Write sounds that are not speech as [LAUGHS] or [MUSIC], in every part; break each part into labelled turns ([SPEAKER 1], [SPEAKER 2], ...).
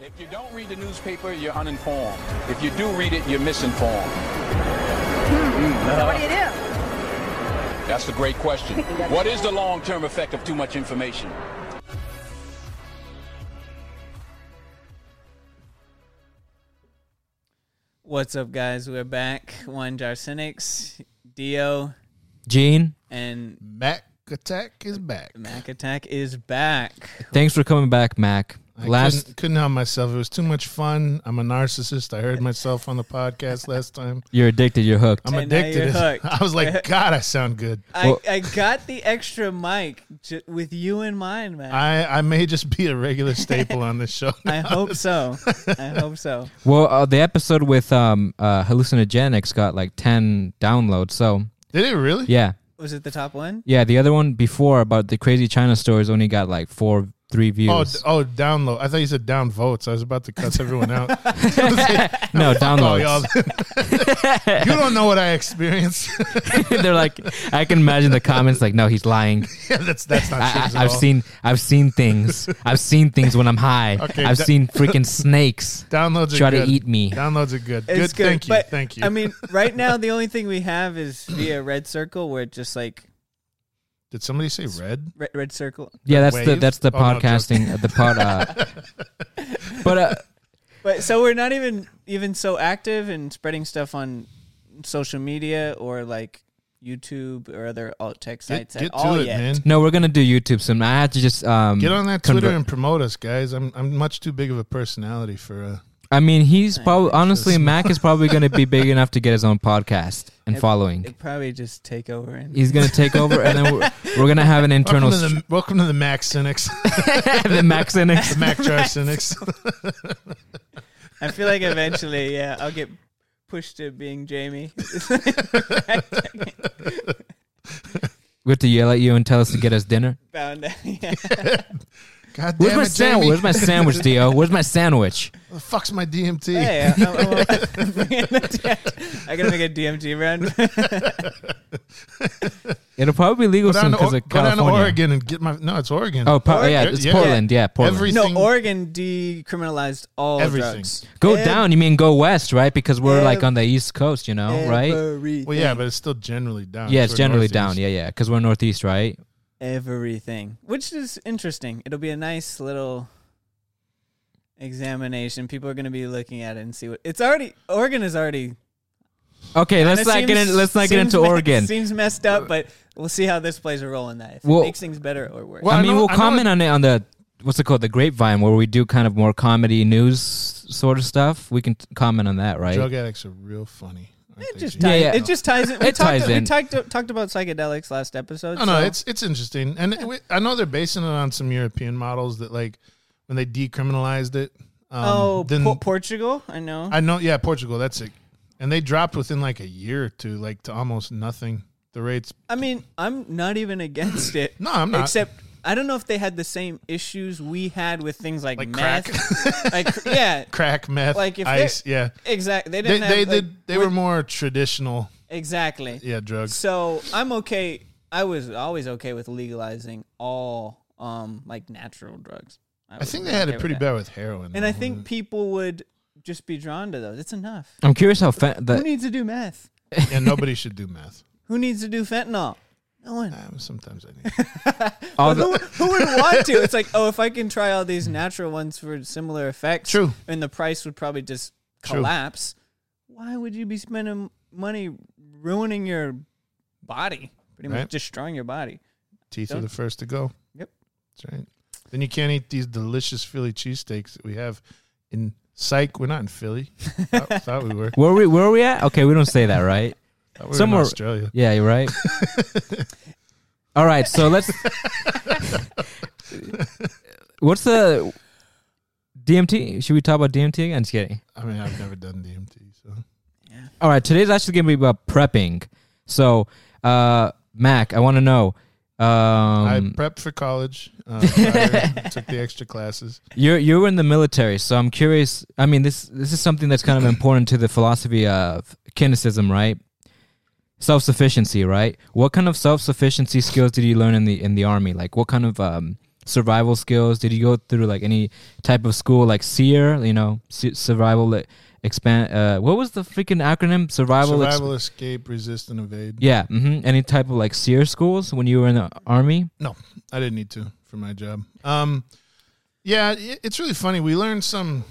[SPEAKER 1] If you don't read the newspaper, you're uninformed. If you do read it, you're misinformed. Hmm.
[SPEAKER 2] So Hmm. what do you do?
[SPEAKER 1] That's a great
[SPEAKER 2] [LAUGHS]
[SPEAKER 1] question. What is the long-term effect of too much information?
[SPEAKER 3] What's up, guys? We're back. One Jarsenics, Dio,
[SPEAKER 4] Gene,
[SPEAKER 3] and
[SPEAKER 5] Mac Attack is back.
[SPEAKER 3] Mac Attack is back.
[SPEAKER 4] thanks for coming back, Mac.
[SPEAKER 5] I
[SPEAKER 4] Last
[SPEAKER 5] couldn't, couldn't help myself. It was too much fun. I'm a narcissist. I heard myself on
[SPEAKER 3] [LAUGHS]
[SPEAKER 5] the podcast last time.
[SPEAKER 4] you're addicted, you're hooked.
[SPEAKER 5] I'm
[SPEAKER 3] And now
[SPEAKER 5] addicted. [LAUGHS]
[SPEAKER 3] you're hooked.
[SPEAKER 5] I
[SPEAKER 3] [LAUGHS]
[SPEAKER 5] was like, God, I sound good.
[SPEAKER 3] I,
[SPEAKER 4] Well-
[SPEAKER 3] I got the extra mic j- with you in mind, man.
[SPEAKER 5] I, I may just be a regular staple on
[SPEAKER 3] [LAUGHS]
[SPEAKER 5] this show.
[SPEAKER 3] I hope
[SPEAKER 5] [LAUGHS]
[SPEAKER 3] so. I hope so.
[SPEAKER 4] Well, uh, the episode with um uh, hallucinogenics got like ten downloads. So
[SPEAKER 5] Did it really?
[SPEAKER 4] yeah,
[SPEAKER 3] Was it the top one?
[SPEAKER 4] yeah. The other one before about the crazy China stories only got like four, three
[SPEAKER 5] Oh,
[SPEAKER 4] views.
[SPEAKER 5] d- oh, download. I thought you said down votes. I was about to cuss
[SPEAKER 3] [LAUGHS]
[SPEAKER 5] everyone out. [LAUGHS]
[SPEAKER 4] no
[SPEAKER 5] oh,
[SPEAKER 4] downloads.
[SPEAKER 5] y'all. [LAUGHS] you don't know what I experienced. [LAUGHS]
[SPEAKER 4] [LAUGHS] They're like, I can imagine the comments like, no, he's
[SPEAKER 5] [LAUGHS]
[SPEAKER 4] lying.
[SPEAKER 5] yeah, that's that's not true.
[SPEAKER 4] I,
[SPEAKER 5] at
[SPEAKER 4] I, I've
[SPEAKER 5] all.
[SPEAKER 4] seen, I've seen
[SPEAKER 5] [LAUGHS]
[SPEAKER 4] things. I've seen things when I'm high.
[SPEAKER 5] Okay,
[SPEAKER 4] I've
[SPEAKER 5] da-
[SPEAKER 4] seen freaking snakes
[SPEAKER 5] downloads.
[SPEAKER 4] try
[SPEAKER 5] are
[SPEAKER 4] to
[SPEAKER 5] good.
[SPEAKER 4] eat me.
[SPEAKER 5] Downloads are good. Good.
[SPEAKER 3] It's good.
[SPEAKER 5] Thank you.
[SPEAKER 3] but,
[SPEAKER 5] Thank you.
[SPEAKER 3] I
[SPEAKER 5] [LAUGHS]
[SPEAKER 3] mean, right now the only thing we have is via red circle, where it just like
[SPEAKER 5] did somebody say red?
[SPEAKER 3] red, red circle.
[SPEAKER 4] Yeah, that's the
[SPEAKER 5] Waves?
[SPEAKER 4] that's the
[SPEAKER 5] Oh, no, joke.
[SPEAKER 4] podcasting the pod. Uh,
[SPEAKER 5] [LAUGHS]
[SPEAKER 4] but uh,
[SPEAKER 3] But so we're not even even so active in spreading stuff on social media or like YouTube or other alt tech
[SPEAKER 5] Get,
[SPEAKER 3] sites
[SPEAKER 5] get
[SPEAKER 3] at all
[SPEAKER 5] to it,
[SPEAKER 3] yet.
[SPEAKER 5] man.
[SPEAKER 4] no, we're gonna do YouTube soon. I had to just um,
[SPEAKER 5] Get on that Twitter
[SPEAKER 4] convert-
[SPEAKER 5] and promote us, guys. I'm I'm much too big of a personality for uh
[SPEAKER 4] I mean, he's probably honestly
[SPEAKER 5] Jesus.
[SPEAKER 4] Mac is probably gonna be big enough to get his own podcast and
[SPEAKER 3] It-
[SPEAKER 4] following.
[SPEAKER 3] It'd probably just take over and
[SPEAKER 4] He's gonna take over, and then we're, we're gonna have an internal
[SPEAKER 5] welcome to the welcome to the Mac cynics, [LAUGHS]
[SPEAKER 4] str- [LAUGHS] the Mac cynics.
[SPEAKER 5] the Mac Jar cynics.
[SPEAKER 3] I feel like eventually, yeah, I'll get pushed to being Jamie. [LAUGHS]
[SPEAKER 4] We have to yell at you and tell us to get us dinner.
[SPEAKER 3] Found out. [LAUGHS] Yeah.
[SPEAKER 5] [LAUGHS] God
[SPEAKER 4] Where's
[SPEAKER 5] damn
[SPEAKER 4] my
[SPEAKER 5] it,
[SPEAKER 4] sandwich?
[SPEAKER 5] Jamie.
[SPEAKER 4] Where's my sandwich, Dio? Where's my sandwich?
[SPEAKER 5] Where the fuck's my DMT?
[SPEAKER 3] Hey, I'm, I'm, I'm, [LAUGHS] I gotta make a DMG [LAUGHS] run.
[SPEAKER 4] It'll probably be legal
[SPEAKER 5] Go
[SPEAKER 4] soon
[SPEAKER 5] down, to,
[SPEAKER 4] because
[SPEAKER 5] Or-
[SPEAKER 4] of
[SPEAKER 5] go down to
[SPEAKER 4] California.
[SPEAKER 5] Oregon and get my. No, it's Oregon.
[SPEAKER 4] Oh, po- yeah, it's Portland. Yeah, Portland.
[SPEAKER 5] Every-
[SPEAKER 3] no,
[SPEAKER 5] Everything-
[SPEAKER 3] Oregon decriminalized all
[SPEAKER 5] Everything.
[SPEAKER 3] drugs.
[SPEAKER 4] go
[SPEAKER 3] Ev-
[SPEAKER 4] down. You mean go west, right? Because we're like
[SPEAKER 3] Ev-
[SPEAKER 4] on the east coast, you know, right?
[SPEAKER 3] Everything.
[SPEAKER 5] Well, yeah, but it's still generally down.
[SPEAKER 4] Yeah, it's
[SPEAKER 5] We're
[SPEAKER 4] generally
[SPEAKER 5] northeast.
[SPEAKER 4] down. Yeah, yeah, because we're northeast, right?
[SPEAKER 3] everything, which is interesting. It'll be a nice little examination. People are gonna be looking at it and see what it's already. Oregon is already.
[SPEAKER 4] Okay, let's
[SPEAKER 3] and it
[SPEAKER 4] not get
[SPEAKER 3] seems-
[SPEAKER 4] in, let's not get
[SPEAKER 3] seems
[SPEAKER 4] into
[SPEAKER 3] me-
[SPEAKER 4] Oregon.
[SPEAKER 3] Seems messed up, but we'll see how this plays a role in that. If
[SPEAKER 4] Well-
[SPEAKER 3] it makes things better or worse.
[SPEAKER 5] Well,
[SPEAKER 4] I
[SPEAKER 5] I
[SPEAKER 4] mean,
[SPEAKER 5] know-
[SPEAKER 4] we'll
[SPEAKER 5] I know
[SPEAKER 4] comment on it on the what's it called, the Grapevine, where we do kind of more comedy news sort of stuff. We can t- comment on that, right?
[SPEAKER 5] Drug addicts are real funny. aren't
[SPEAKER 3] It
[SPEAKER 5] they,
[SPEAKER 3] just
[SPEAKER 5] Gene?
[SPEAKER 3] ties,
[SPEAKER 4] Yeah, yeah.
[SPEAKER 3] it just ties in. We
[SPEAKER 4] It
[SPEAKER 3] talked,
[SPEAKER 4] ties in.
[SPEAKER 3] We talked talked about psychedelics last episode.
[SPEAKER 5] No, no,
[SPEAKER 3] so-
[SPEAKER 5] it's it's interesting, and we, I know they're basing it on some European models that like when they decriminalized it. Um,
[SPEAKER 3] oh
[SPEAKER 5] then
[SPEAKER 3] Po- Portugal. I know.
[SPEAKER 5] I know, yeah, Portugal. That's it, and they dropped within like a year or two, like to almost nothing. The rates.
[SPEAKER 3] I mean, I'm not even against it.
[SPEAKER 5] [LAUGHS] No, I'm not.
[SPEAKER 3] Except I don't know if they had the same issues we had with things like,
[SPEAKER 5] Like
[SPEAKER 3] meth. like
[SPEAKER 5] [LAUGHS]
[SPEAKER 3] yeah,
[SPEAKER 5] crack meth,
[SPEAKER 3] Like, if
[SPEAKER 5] ice. Yeah,
[SPEAKER 3] exactly. They
[SPEAKER 5] they
[SPEAKER 3] didn't.
[SPEAKER 5] they
[SPEAKER 3] have, like,
[SPEAKER 5] did, they were more traditional.
[SPEAKER 3] exactly.
[SPEAKER 5] Yeah, drugs.
[SPEAKER 3] So I'm okay. I was always okay with legalizing all um like natural drugs.
[SPEAKER 5] I think they had it pretty
[SPEAKER 3] bad.
[SPEAKER 5] bad with heroin.
[SPEAKER 3] And
[SPEAKER 5] though.
[SPEAKER 3] I think people would just be drawn to those. It's enough.
[SPEAKER 4] I'm curious how fa-
[SPEAKER 3] Who
[SPEAKER 4] the
[SPEAKER 3] needs to do meth?
[SPEAKER 5] yeah, nobody should do
[SPEAKER 3] [LAUGHS]
[SPEAKER 5] meth.
[SPEAKER 3] Who needs to do fentanyl? No one.
[SPEAKER 5] Um, sometimes I need.
[SPEAKER 4] all
[SPEAKER 3] who,
[SPEAKER 4] the,
[SPEAKER 3] who would want to? It's like, oh, if I can try all these natural ones for similar effects,
[SPEAKER 5] True.
[SPEAKER 3] and the price would probably just
[SPEAKER 5] True.
[SPEAKER 3] collapse. Why would you be spending money ruining your body, pretty
[SPEAKER 5] Right.
[SPEAKER 3] much destroying your body?
[SPEAKER 5] Teeth are
[SPEAKER 3] Don't-
[SPEAKER 5] the first to go.
[SPEAKER 3] Yep.
[SPEAKER 5] That's right. Then you can't eat these delicious Philly cheesesteaks that we have in Psych. We're not in Philly. thought, thought we were.
[SPEAKER 4] where are we where are we at? Okay, we don't say that, right?
[SPEAKER 5] Thought we were
[SPEAKER 4] Somewhere-
[SPEAKER 5] in Australia. [LAUGHS]
[SPEAKER 4] Yeah, you're right. all right, so let's. what's the DMT? Should we talk about DMT again? Just kidding.
[SPEAKER 5] I mean, I've never done DMT, so
[SPEAKER 4] All right, today's actually going to be about prepping. So, uh, Mac, I want to know.
[SPEAKER 5] I
[SPEAKER 4] Um,
[SPEAKER 5] prepped for college.
[SPEAKER 4] [LAUGHS]
[SPEAKER 5] Uh, prior, took the extra classes.
[SPEAKER 4] you're you're in the military, so I'm curious. I mean, this this is something that's
[SPEAKER 5] [CLEARS THROAT]
[SPEAKER 4] kind of important to the philosophy of kinesism, right? Self sufficiency, right? What kind of self sufficiency skills did you learn in the in the army? Like, what kind of um, survival skills? Did you go through like any type of school like SEER, you know, su- survival like, expand uh what was the freaking acronym? Survival exp-
[SPEAKER 5] Survival, escape, resist, and evade.
[SPEAKER 4] Yeah, hmm any type of like SEER schools when you were in the army?
[SPEAKER 5] No, I didn't need to for my job. Um, yeah, i- it's really funny. We learned some.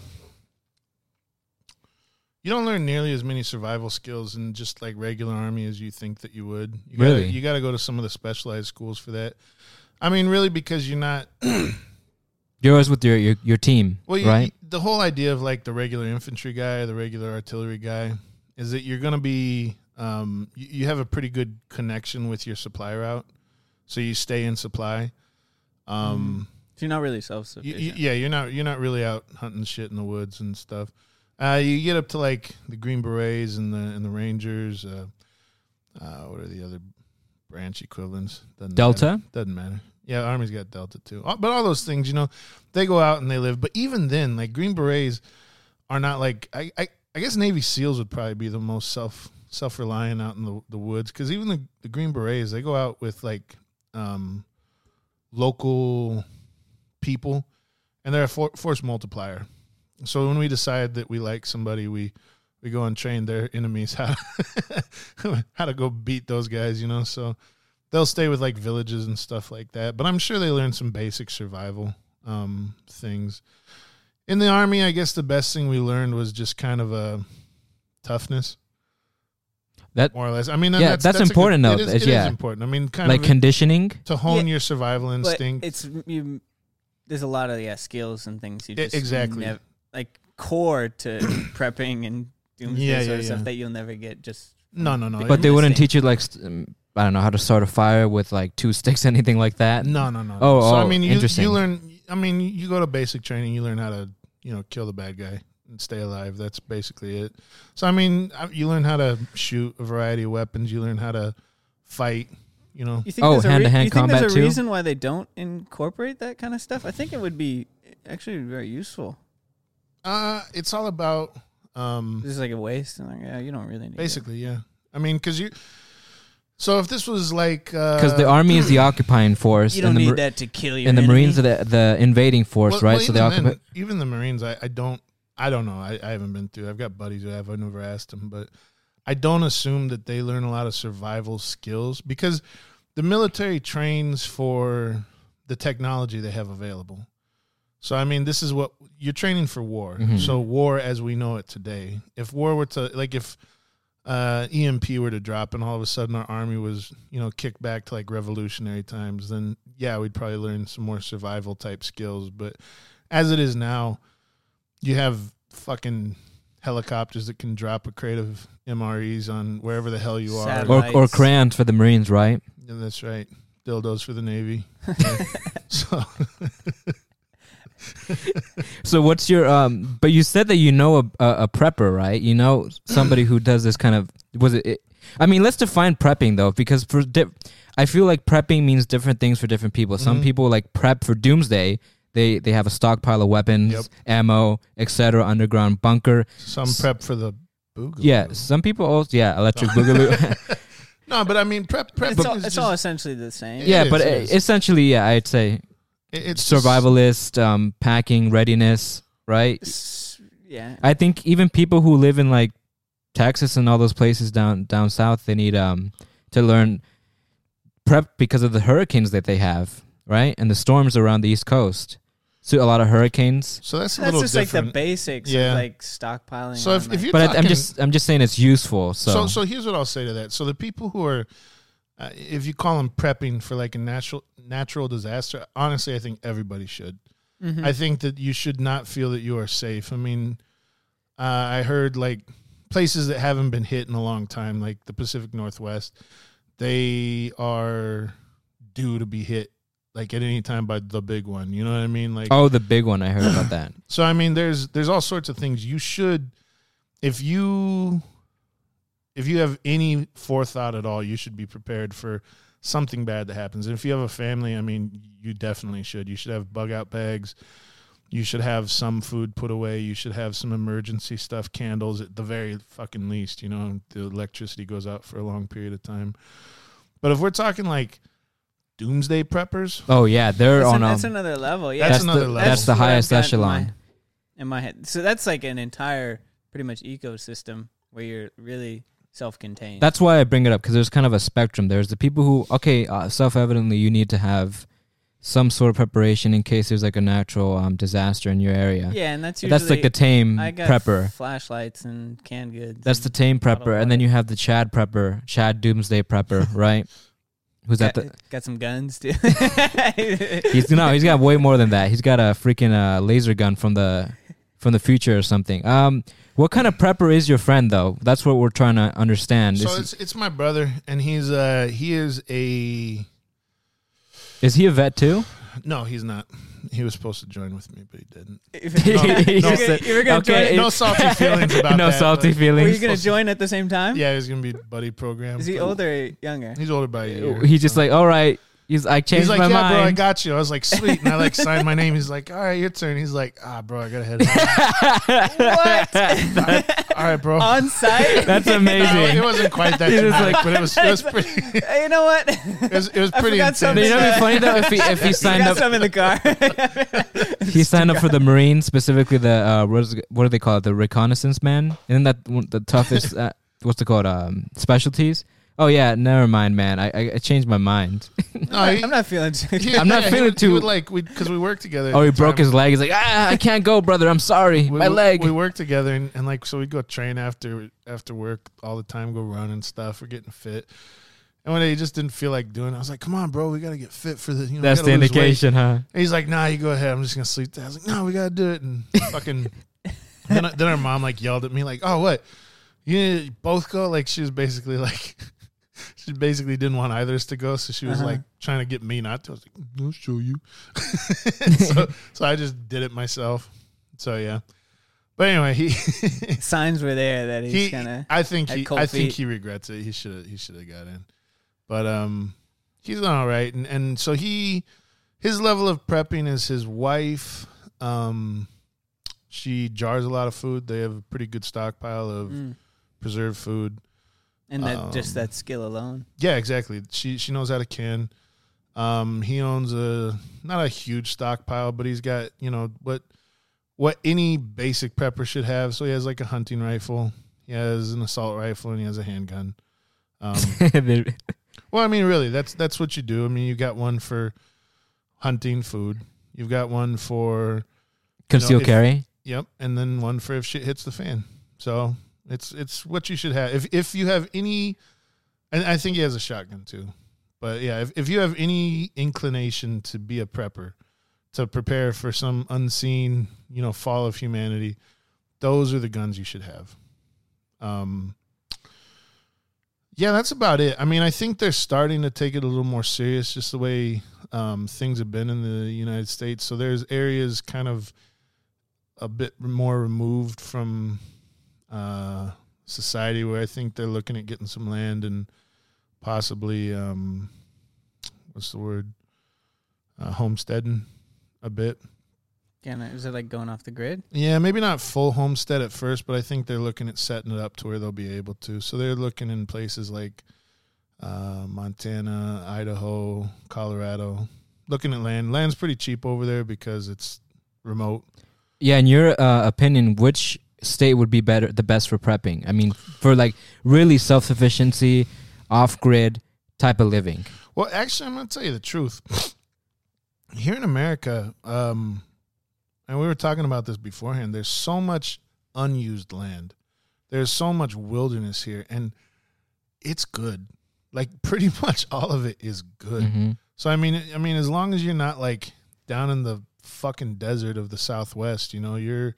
[SPEAKER 5] You don't learn nearly as many survival skills in just like regular army as you think that you would. You gotta,
[SPEAKER 4] Really?
[SPEAKER 5] you got to go to some of the specialized schools for that. I mean, really, because you're not
[SPEAKER 4] You're always with your your, your team,
[SPEAKER 5] Well, you,
[SPEAKER 4] right?
[SPEAKER 5] the whole idea of like the regular infantry guy or the regular artillery guy is that you're going to be, um, you, you have a pretty good connection with your supply route. So you stay in supply. Um,
[SPEAKER 3] So you're not really self
[SPEAKER 5] you-
[SPEAKER 3] sufficient.
[SPEAKER 5] you- yeah, you're not you're not really out hunting shit in the woods and stuff. Uh, you get up to like the Green Berets and the and the Rangers. Uh, uh, what are the other branch equivalents? Doesn't
[SPEAKER 4] Delta?
[SPEAKER 5] matter. doesn't matter. Yeah, Army's got Delta too. Uh, But all those things, you know, they go out and they live. But even then, like Green Berets are not like I I, I guess Navy SEALs would probably be the most self self reliant out in the, the woods because even the, the Green Berets they go out with like um, local people and they're a for- force multiplier. So when we decide that we like somebody, we we go and train their enemies [LAUGHS] how how to go beat those guys, you know. So they'll stay with like villages and stuff like that. But I'm sure they learn some basic survival um, things. In the army, I guess the best thing we learned was just kind of a toughness,
[SPEAKER 4] That
[SPEAKER 5] more or less. I mean,
[SPEAKER 4] Yeah, that's
[SPEAKER 5] a good-
[SPEAKER 4] important, though.
[SPEAKER 5] It is,
[SPEAKER 4] It's-
[SPEAKER 5] it is
[SPEAKER 4] yeah.
[SPEAKER 5] important. I mean, kind
[SPEAKER 4] like
[SPEAKER 5] of
[SPEAKER 4] conditioning.
[SPEAKER 5] to hone
[SPEAKER 3] Yeah.
[SPEAKER 5] your survival
[SPEAKER 3] but
[SPEAKER 5] instinct.
[SPEAKER 3] it's you. There's a lot of yeah skills and things you
[SPEAKER 5] Yeah,
[SPEAKER 3] just
[SPEAKER 5] E, exactly.
[SPEAKER 3] nev- like core
[SPEAKER 5] [COUGHS]
[SPEAKER 3] to prepping and doing
[SPEAKER 5] Yeah,
[SPEAKER 3] sort
[SPEAKER 5] yeah,
[SPEAKER 3] of
[SPEAKER 5] yeah.
[SPEAKER 3] stuff that you'll never get just.
[SPEAKER 5] no, no, no.
[SPEAKER 4] But
[SPEAKER 5] It-
[SPEAKER 4] they wouldn't
[SPEAKER 3] Interesting.
[SPEAKER 4] teach you like st- um, I don't know how to start a fire with like two [LAUGHS] sticks, anything like that.
[SPEAKER 5] No, no, no. no.
[SPEAKER 4] Oh,
[SPEAKER 5] so I
[SPEAKER 4] oh,
[SPEAKER 5] mean, you,
[SPEAKER 4] interesting.
[SPEAKER 5] you learn. I mean, you go to basic training. You learn how to, you know, kill the bad guy and stay alive. That's basically it. So I mean, I- you learn how to shoot a variety of weapons. You learn how to fight. You know,
[SPEAKER 3] You think
[SPEAKER 4] Oh,
[SPEAKER 3] there's a
[SPEAKER 4] hand-to-hand
[SPEAKER 3] you think there's
[SPEAKER 4] combat
[SPEAKER 3] a
[SPEAKER 4] too?
[SPEAKER 3] reason why they don't incorporate that kind of stuff? I think it would be actually very useful.
[SPEAKER 5] uh, it's all about um,
[SPEAKER 3] This is like a waste, and like yeah, you don't really need.
[SPEAKER 5] basically, yeah. I mean, because you. So if this was like, uh,
[SPEAKER 4] Because the army
[SPEAKER 5] [CLEARS THROAT]
[SPEAKER 4] is the occupying
[SPEAKER 3] it.
[SPEAKER 4] force,
[SPEAKER 3] you don't
[SPEAKER 4] and, the,
[SPEAKER 3] need
[SPEAKER 4] Mar-
[SPEAKER 3] that to kill your
[SPEAKER 4] and the
[SPEAKER 3] enemy.
[SPEAKER 4] Marines are the, the invading force,
[SPEAKER 5] Well-
[SPEAKER 4] right?
[SPEAKER 5] well,
[SPEAKER 4] so they
[SPEAKER 5] even then,
[SPEAKER 4] occupy.
[SPEAKER 5] even the Marines. I, I don't I don't know. I, I haven't been through. I've got buddies who have. I've never asked them, but I don't assume that they learn a lot of survival skills because the military trains for the technology they have available. So I mean, this is what you're training for war.
[SPEAKER 4] Mm-hmm.
[SPEAKER 5] So war as we know it today. If war were to like if uh, EMP were to drop and all of a sudden our army was, you know, kicked back to like revolutionary times, then yeah, we'd probably learn some more survival type skills. But as it is now, you have fucking helicopters that can drop a crate of MREs on wherever the hell you are.
[SPEAKER 3] Satellite.
[SPEAKER 4] Or, or
[SPEAKER 3] Lights.
[SPEAKER 4] crayons for the Marines, right?
[SPEAKER 5] Yeah, that's right. Dildos for
[SPEAKER 3] [LAUGHS]
[SPEAKER 5] the Navy. so
[SPEAKER 4] So what's your um? But you said that you know a, a, a prepper, right? You know somebody who does this kind of was it, it? I mean, let's define prepping though, because for di- I feel like prepping means different things for different people. Some
[SPEAKER 5] Mm-hmm.
[SPEAKER 4] people like prep for doomsday. They they have a stockpile of weapons,
[SPEAKER 5] Yep.
[SPEAKER 4] ammo, etc. Underground bunker.
[SPEAKER 5] some prep for the boogaloo.
[SPEAKER 4] Yeah, some people also yeah
[SPEAKER 5] [LAUGHS]
[SPEAKER 4] electric boogaloo.
[SPEAKER 5] No, but I mean prep prep
[SPEAKER 3] It's all,
[SPEAKER 5] is
[SPEAKER 3] it's
[SPEAKER 5] just-
[SPEAKER 3] all essentially the same.
[SPEAKER 4] yeah,
[SPEAKER 5] is,
[SPEAKER 4] but e,
[SPEAKER 5] it is.
[SPEAKER 4] essentially, yeah, I'd say
[SPEAKER 5] it- it's just-
[SPEAKER 4] survivalist, um, packing readiness, right?
[SPEAKER 3] S- yeah.
[SPEAKER 4] I think even people who live in like Texas and all those places down down south, they need um to learn prep because of the hurricanes that they have, right? And the storms around the East Coast. So a lot of hurricanes.
[SPEAKER 5] so that's a
[SPEAKER 3] That's
[SPEAKER 5] little
[SPEAKER 3] just
[SPEAKER 5] different.
[SPEAKER 3] like the basics
[SPEAKER 5] Yeah.
[SPEAKER 3] of like stockpiling.
[SPEAKER 5] so
[SPEAKER 3] on,
[SPEAKER 5] if, if
[SPEAKER 3] like-
[SPEAKER 5] you're
[SPEAKER 4] But I, I'm
[SPEAKER 5] talking-
[SPEAKER 4] just I'm just saying it's useful.
[SPEAKER 5] so
[SPEAKER 4] So,
[SPEAKER 5] so here's what I'll say to that. So the people who are uh, if you call them prepping for like a natural natural disaster, honestly, I think everybody should.
[SPEAKER 3] Mm-hmm.
[SPEAKER 4] Mm-hmm.
[SPEAKER 5] I think that you should not feel that you are safe. I mean, uh, I heard like places that haven't been hit in a long time, like the Pacific Northwest, they are due to be hit like at any time by the big one. You know what I mean? Like
[SPEAKER 4] oh, the big one I heard about that.
[SPEAKER 5] so I mean, there's there's all sorts of things you should, if you, if you have any forethought at all, you should be prepared for something bad that happens. And if you have a family, I mean, you definitely should. You should have bug out bags. You should have some food put away. You should have some emergency stuff, candles at the very fucking least. You know, the electricity goes out for a long period of time. But if we're talking like doomsday preppers.
[SPEAKER 4] Oh yeah, they're
[SPEAKER 3] That's,
[SPEAKER 4] on.
[SPEAKER 3] an-
[SPEAKER 4] um,
[SPEAKER 3] that's another level. Yeah,
[SPEAKER 5] That's
[SPEAKER 4] the-
[SPEAKER 5] another level.
[SPEAKER 4] That's the
[SPEAKER 3] what I've
[SPEAKER 4] highest
[SPEAKER 3] got in my-
[SPEAKER 4] echelon.
[SPEAKER 3] In my head, so that's like an entire pretty much ecosystem where you're really self-contained.
[SPEAKER 4] That's why I bring it up because there's kind of a spectrum. There's the people who, okay, uh, self-evidently, you need to have some sort of preparation in case there's like a natural um, disaster in your area.
[SPEAKER 3] yeah, and that's usually
[SPEAKER 4] that's like the tame
[SPEAKER 3] I got
[SPEAKER 4] prepper.
[SPEAKER 3] flashlights and canned goods.
[SPEAKER 4] That's the
[SPEAKER 3] and
[SPEAKER 4] tame
[SPEAKER 3] bottled
[SPEAKER 4] prepper, and then you have the Chad prepper, Chad
[SPEAKER 3] [LAUGHS]
[SPEAKER 4] Doomsday prepper, right? Who's
[SPEAKER 3] got,
[SPEAKER 4] at the?
[SPEAKER 3] got some guns
[SPEAKER 4] [LAUGHS]
[SPEAKER 3] too. [LAUGHS]
[SPEAKER 4] He's no, he's got way more than that. He's got a freaking uh, laser gun from the from the future or something. Um, what kind of prepper is your friend though? That's what we're trying to understand.
[SPEAKER 5] So
[SPEAKER 4] is,
[SPEAKER 5] it's it's my brother, and he's uh he is a
[SPEAKER 4] is he a vet too?
[SPEAKER 5] no, he's not. He was supposed to join with me, but he didn't.
[SPEAKER 3] If-
[SPEAKER 4] He
[SPEAKER 5] no.
[SPEAKER 4] said-
[SPEAKER 3] You were gonna
[SPEAKER 4] okay,
[SPEAKER 3] join-
[SPEAKER 4] [LAUGHS]
[SPEAKER 5] No salty feelings about
[SPEAKER 4] no
[SPEAKER 5] that,
[SPEAKER 4] salty
[SPEAKER 5] but-
[SPEAKER 3] Were you
[SPEAKER 4] feelings.
[SPEAKER 3] gonna join at the same time?
[SPEAKER 5] Yeah, he's gonna be buddy program.
[SPEAKER 3] Is he older, or
[SPEAKER 5] [LAUGHS]
[SPEAKER 3] younger?
[SPEAKER 5] He's older by a year.
[SPEAKER 4] He's just like, all right. He's I changed
[SPEAKER 5] He's like,
[SPEAKER 4] my
[SPEAKER 5] yeah,
[SPEAKER 4] mind.
[SPEAKER 5] bro, I got you. I was like, sweet, and I like signed my name. He's like, all right, your turn. He's like, ah, bro, I gotta head. out."
[SPEAKER 3] what? Oh
[SPEAKER 5] all right, bro.
[SPEAKER 3] On
[SPEAKER 4] [LAUGHS]
[SPEAKER 3] site?
[SPEAKER 5] [LAUGHS]
[SPEAKER 4] That's
[SPEAKER 5] No, it
[SPEAKER 4] amazing.
[SPEAKER 5] wasn't quite that
[SPEAKER 4] [LAUGHS] He's just
[SPEAKER 5] dramatic,
[SPEAKER 4] like-
[SPEAKER 5] but it was
[SPEAKER 3] [LAUGHS]
[SPEAKER 5] it was pretty. It
[SPEAKER 3] you know what?
[SPEAKER 5] was, it was
[SPEAKER 3] I
[SPEAKER 5] pretty
[SPEAKER 3] forgot
[SPEAKER 5] intense.
[SPEAKER 4] you know,
[SPEAKER 3] something.
[SPEAKER 4] it'd be funny though if he
[SPEAKER 5] [LAUGHS]
[SPEAKER 4] if he
[SPEAKER 3] I
[SPEAKER 4] signed
[SPEAKER 3] got
[SPEAKER 4] up
[SPEAKER 3] some in the car.
[SPEAKER 4] [LAUGHS] he signed up for the Marines, specifically the uh, what, is, what do they call it? The reconnaissance man. Isn't that one, the toughest? uh, what's it called? Um, specialties. Oh yeah, never mind, man. I, I, I changed my mind.
[SPEAKER 5] No,
[SPEAKER 3] [LAUGHS]
[SPEAKER 5] he-
[SPEAKER 3] I'm not feeling.
[SPEAKER 5] he-
[SPEAKER 4] I'm not
[SPEAKER 5] he
[SPEAKER 4] feeling
[SPEAKER 5] would- he
[SPEAKER 4] too-
[SPEAKER 5] would, like we because we worked together. at
[SPEAKER 4] oh, he
[SPEAKER 5] the
[SPEAKER 4] broke
[SPEAKER 5] time.
[SPEAKER 4] his leg. He's like, ah, I can't go, brother. I'm sorry,
[SPEAKER 5] We-
[SPEAKER 4] my
[SPEAKER 5] we-
[SPEAKER 4] leg.
[SPEAKER 5] We worked together and, and like so we'd go train after after work all the time, go run and stuff. We're getting fit. And one day he just didn't feel like doing. it. I was like, "Come on, bro, we gotta get fit for the." You know, we
[SPEAKER 4] That's the
[SPEAKER 5] gotta lose weight."
[SPEAKER 4] indication, huh?
[SPEAKER 5] And he's like, "Nah, you go ahead. I'm just gonna sleep." there." I was like, "No, we gotta do it." And fucking then, then our mom like yelled at me like, "Oh, what? You didn't both go?" Like she was basically like. [LAUGHS] She basically didn't want either of us to go, so she was
[SPEAKER 3] Uh-huh.
[SPEAKER 5] like trying to get me not to. I was like, "I'll show you." [LAUGHS] so, so I just did it myself. So yeah, but anyway, he
[SPEAKER 3] Signs were there that he's
[SPEAKER 5] he.
[SPEAKER 3] gonna.
[SPEAKER 5] I think
[SPEAKER 3] had
[SPEAKER 5] he.
[SPEAKER 3] cold
[SPEAKER 5] I think
[SPEAKER 3] feet.
[SPEAKER 5] he regrets it. He should have. He should have got in. But um, he's doing all right, and and so he, his level of prepping is his wife. Um, she jars a lot of food. They have a pretty good stockpile of
[SPEAKER 3] Mm.
[SPEAKER 5] preserved food.
[SPEAKER 3] And that just
[SPEAKER 5] Um,
[SPEAKER 3] that skill alone.
[SPEAKER 5] Yeah, exactly. She she knows how to can. Um, he owns a not a huge stockpile, but he's got you know what what any basic prepper should have. So he has like a hunting rifle, he has an assault rifle, and he has a handgun. Um,
[SPEAKER 4] [LAUGHS] They-
[SPEAKER 5] well, I mean, really, that's that's what you do. I mean, you got one for hunting food. You've got one for
[SPEAKER 4] Conceal
[SPEAKER 5] if-
[SPEAKER 4] carry.
[SPEAKER 5] yep, and then one for if shit hits the fan. So it's it's what you should have. If if you have any, and I think he has a shotgun too. But yeah, if if you have any inclination to be a prepper, to prepare for some unseen, you know, fall of humanity, those are the guns you should have. Um. Yeah, that's about it. I mean, I think they're starting to take it a little more serious, just the way um, things have been in the United States. So there's areas kind of a bit more removed from uh, society where I think they're looking at getting some land and possibly um, what's the word uh, homesteading a bit.
[SPEAKER 3] Can I, is it like going off the grid?
[SPEAKER 5] Yeah, maybe not full homestead at first, but I think they're looking at setting it up to where they'll be able to. So they're looking in places like uh, Montana, Idaho, Colorado, looking at land. Land's pretty cheap over there because it's remote.
[SPEAKER 4] Yeah, in your uh, opinion, which state would be better, the best for prepping? I mean, for like really self sufficiency, off grid type of living.
[SPEAKER 5] Well, actually, I'm going to tell you the truth. [SNIFFS] Here in America, um, and we were talking about this beforehand, there's so much unused land. There's so much wilderness here, and it's good. Like [LAUGHS] pretty much all of it is good.
[SPEAKER 4] Mhm.
[SPEAKER 5] So I mean, I mean, as long as you're not like down in the fucking desert of the Southwest, you know, you're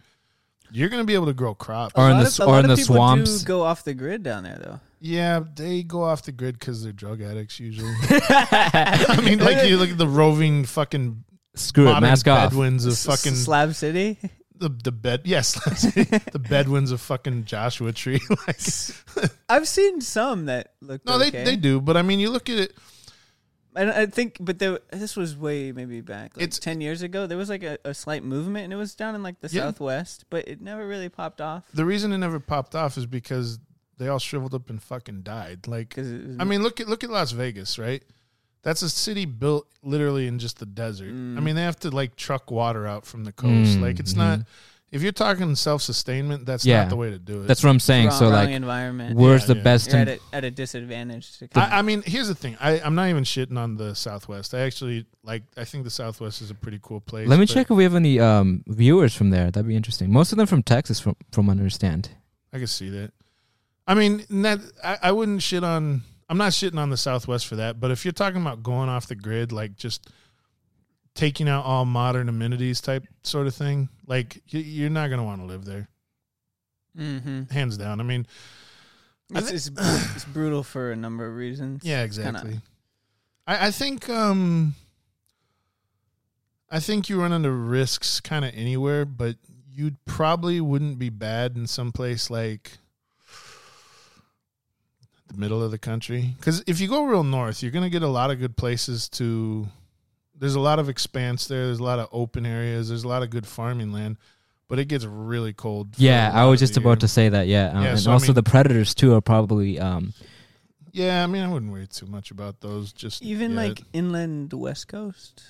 [SPEAKER 5] you're gonna be able to grow crops.
[SPEAKER 4] A Or in
[SPEAKER 3] lot
[SPEAKER 4] the
[SPEAKER 3] of-
[SPEAKER 4] s-
[SPEAKER 3] a
[SPEAKER 4] or
[SPEAKER 3] lot
[SPEAKER 4] in
[SPEAKER 3] of
[SPEAKER 4] the
[SPEAKER 3] people
[SPEAKER 4] swamps.
[SPEAKER 3] Do go off the grid down there
[SPEAKER 5] [LAUGHS]
[SPEAKER 3] though.
[SPEAKER 5] Yeah, they go off the grid because they're drug addicts usually. [LAUGHS] I mean, like you look at the roving fucking
[SPEAKER 4] Screw it,
[SPEAKER 5] modern
[SPEAKER 4] mask off.
[SPEAKER 5] Bedouins of
[SPEAKER 3] S-
[SPEAKER 5] fucking
[SPEAKER 3] Slab
[SPEAKER 5] [LAUGHS]
[SPEAKER 3] City.
[SPEAKER 5] the the bed. Yes, [LAUGHS] the Bedouins of fucking Joshua Tree. [LAUGHS] like,
[SPEAKER 3] I've seen some that looked.
[SPEAKER 5] no, they
[SPEAKER 3] okay.
[SPEAKER 5] they do, but I mean, you look at it.
[SPEAKER 3] And I think, but there, this was way maybe back, like
[SPEAKER 5] It's-
[SPEAKER 3] ten years ago. There was like a, a slight movement, and it was down in like the
[SPEAKER 5] Yeah.
[SPEAKER 3] southwest, but it never really popped off
[SPEAKER 5] The reason it never popped off is because they all shriveled up and fucking died. Like,
[SPEAKER 3] because it was
[SPEAKER 5] I mean, look at look at Las Vegas, right? That's a city built literally in just the desert. I mean, they have to like truck water out from the coast.
[SPEAKER 4] Mm,
[SPEAKER 5] Like it's
[SPEAKER 4] mhm.
[SPEAKER 5] not. If you're talking self sustainment, that's
[SPEAKER 4] Yeah.
[SPEAKER 5] not the way to do it.
[SPEAKER 4] That's what I'm saying.
[SPEAKER 3] wrong,
[SPEAKER 4] so
[SPEAKER 3] wrong
[SPEAKER 4] like,
[SPEAKER 3] environment.
[SPEAKER 4] where's
[SPEAKER 5] Yeah,
[SPEAKER 4] the
[SPEAKER 5] yeah.
[SPEAKER 4] best?
[SPEAKER 3] You're at
[SPEAKER 4] in-
[SPEAKER 3] a, at a disadvantage. To
[SPEAKER 5] I, I mean, here's the thing. I, I'm not even shitting on the Southwest. I actually like. I think the Southwest is a pretty cool place.
[SPEAKER 4] Let me
[SPEAKER 5] but
[SPEAKER 4] check if we have any um, viewers from there. That'd be interesting. Most of them from Texas, from from what I understand.
[SPEAKER 5] I can see that. I mean, and that I, I wouldn't shit on. I'm not shitting on the Southwest for that. But if you're talking about going off the grid, like just taking out all modern amenities type sort of thing, like you, you're not gonna want to live there,
[SPEAKER 3] mm-hmm.
[SPEAKER 5] hands down. I mean, I
[SPEAKER 3] it's,
[SPEAKER 5] thi-
[SPEAKER 3] it's, br- it's brutal for a number of reasons.
[SPEAKER 5] Yeah,
[SPEAKER 3] It's kinda-
[SPEAKER 5] exactly. I, I think um I think you run into risks kind of anywhere, but you probably wouldn't be bad in some place like the middle of the country. Because if you go real north, you're gonna get a lot of good places to. There's a lot of expanse there. There's a lot of open areas. There's a lot of good farming land, but it gets really cold. for
[SPEAKER 4] Yeah,
[SPEAKER 5] a
[SPEAKER 4] I
[SPEAKER 5] lot
[SPEAKER 4] was
[SPEAKER 5] of
[SPEAKER 4] just
[SPEAKER 5] the
[SPEAKER 4] about
[SPEAKER 5] year.
[SPEAKER 4] to say that. Yeah, um,
[SPEAKER 5] Yeah,
[SPEAKER 4] and
[SPEAKER 5] so, I
[SPEAKER 4] also
[SPEAKER 5] mean-
[SPEAKER 4] the predators too are probably. Um,
[SPEAKER 5] Yeah, I mean, I wouldn't worry too much about those. Just
[SPEAKER 3] Even
[SPEAKER 5] yet.
[SPEAKER 3] like inland West Coast.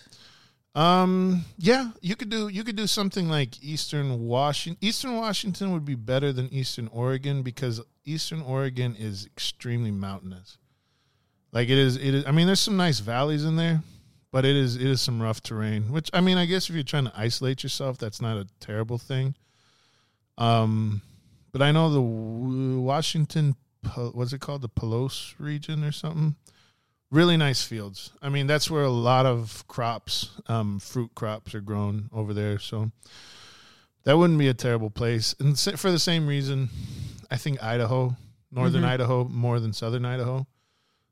[SPEAKER 5] Um. Yeah, you could do you could do something like Eastern Washington. Eastern Washington would be better than Eastern Oregon because Eastern Oregon is extremely mountainous. Like it is. It is. I mean, there's some nice valleys in there, but it is it is some rough terrain. Which I mean, I guess if you're trying to isolate yourself, that's not a terrible thing. Um, but I know the W- Washington, Pe- what's it called, the Palos region or something really nice fields. I mean, that's where a lot of crops, um, fruit crops, are grown over there. So that wouldn't be a terrible place. And sa- for the same reason, I think Idaho, northern
[SPEAKER 3] Mhm.
[SPEAKER 5] Idaho, more than southern Idaho,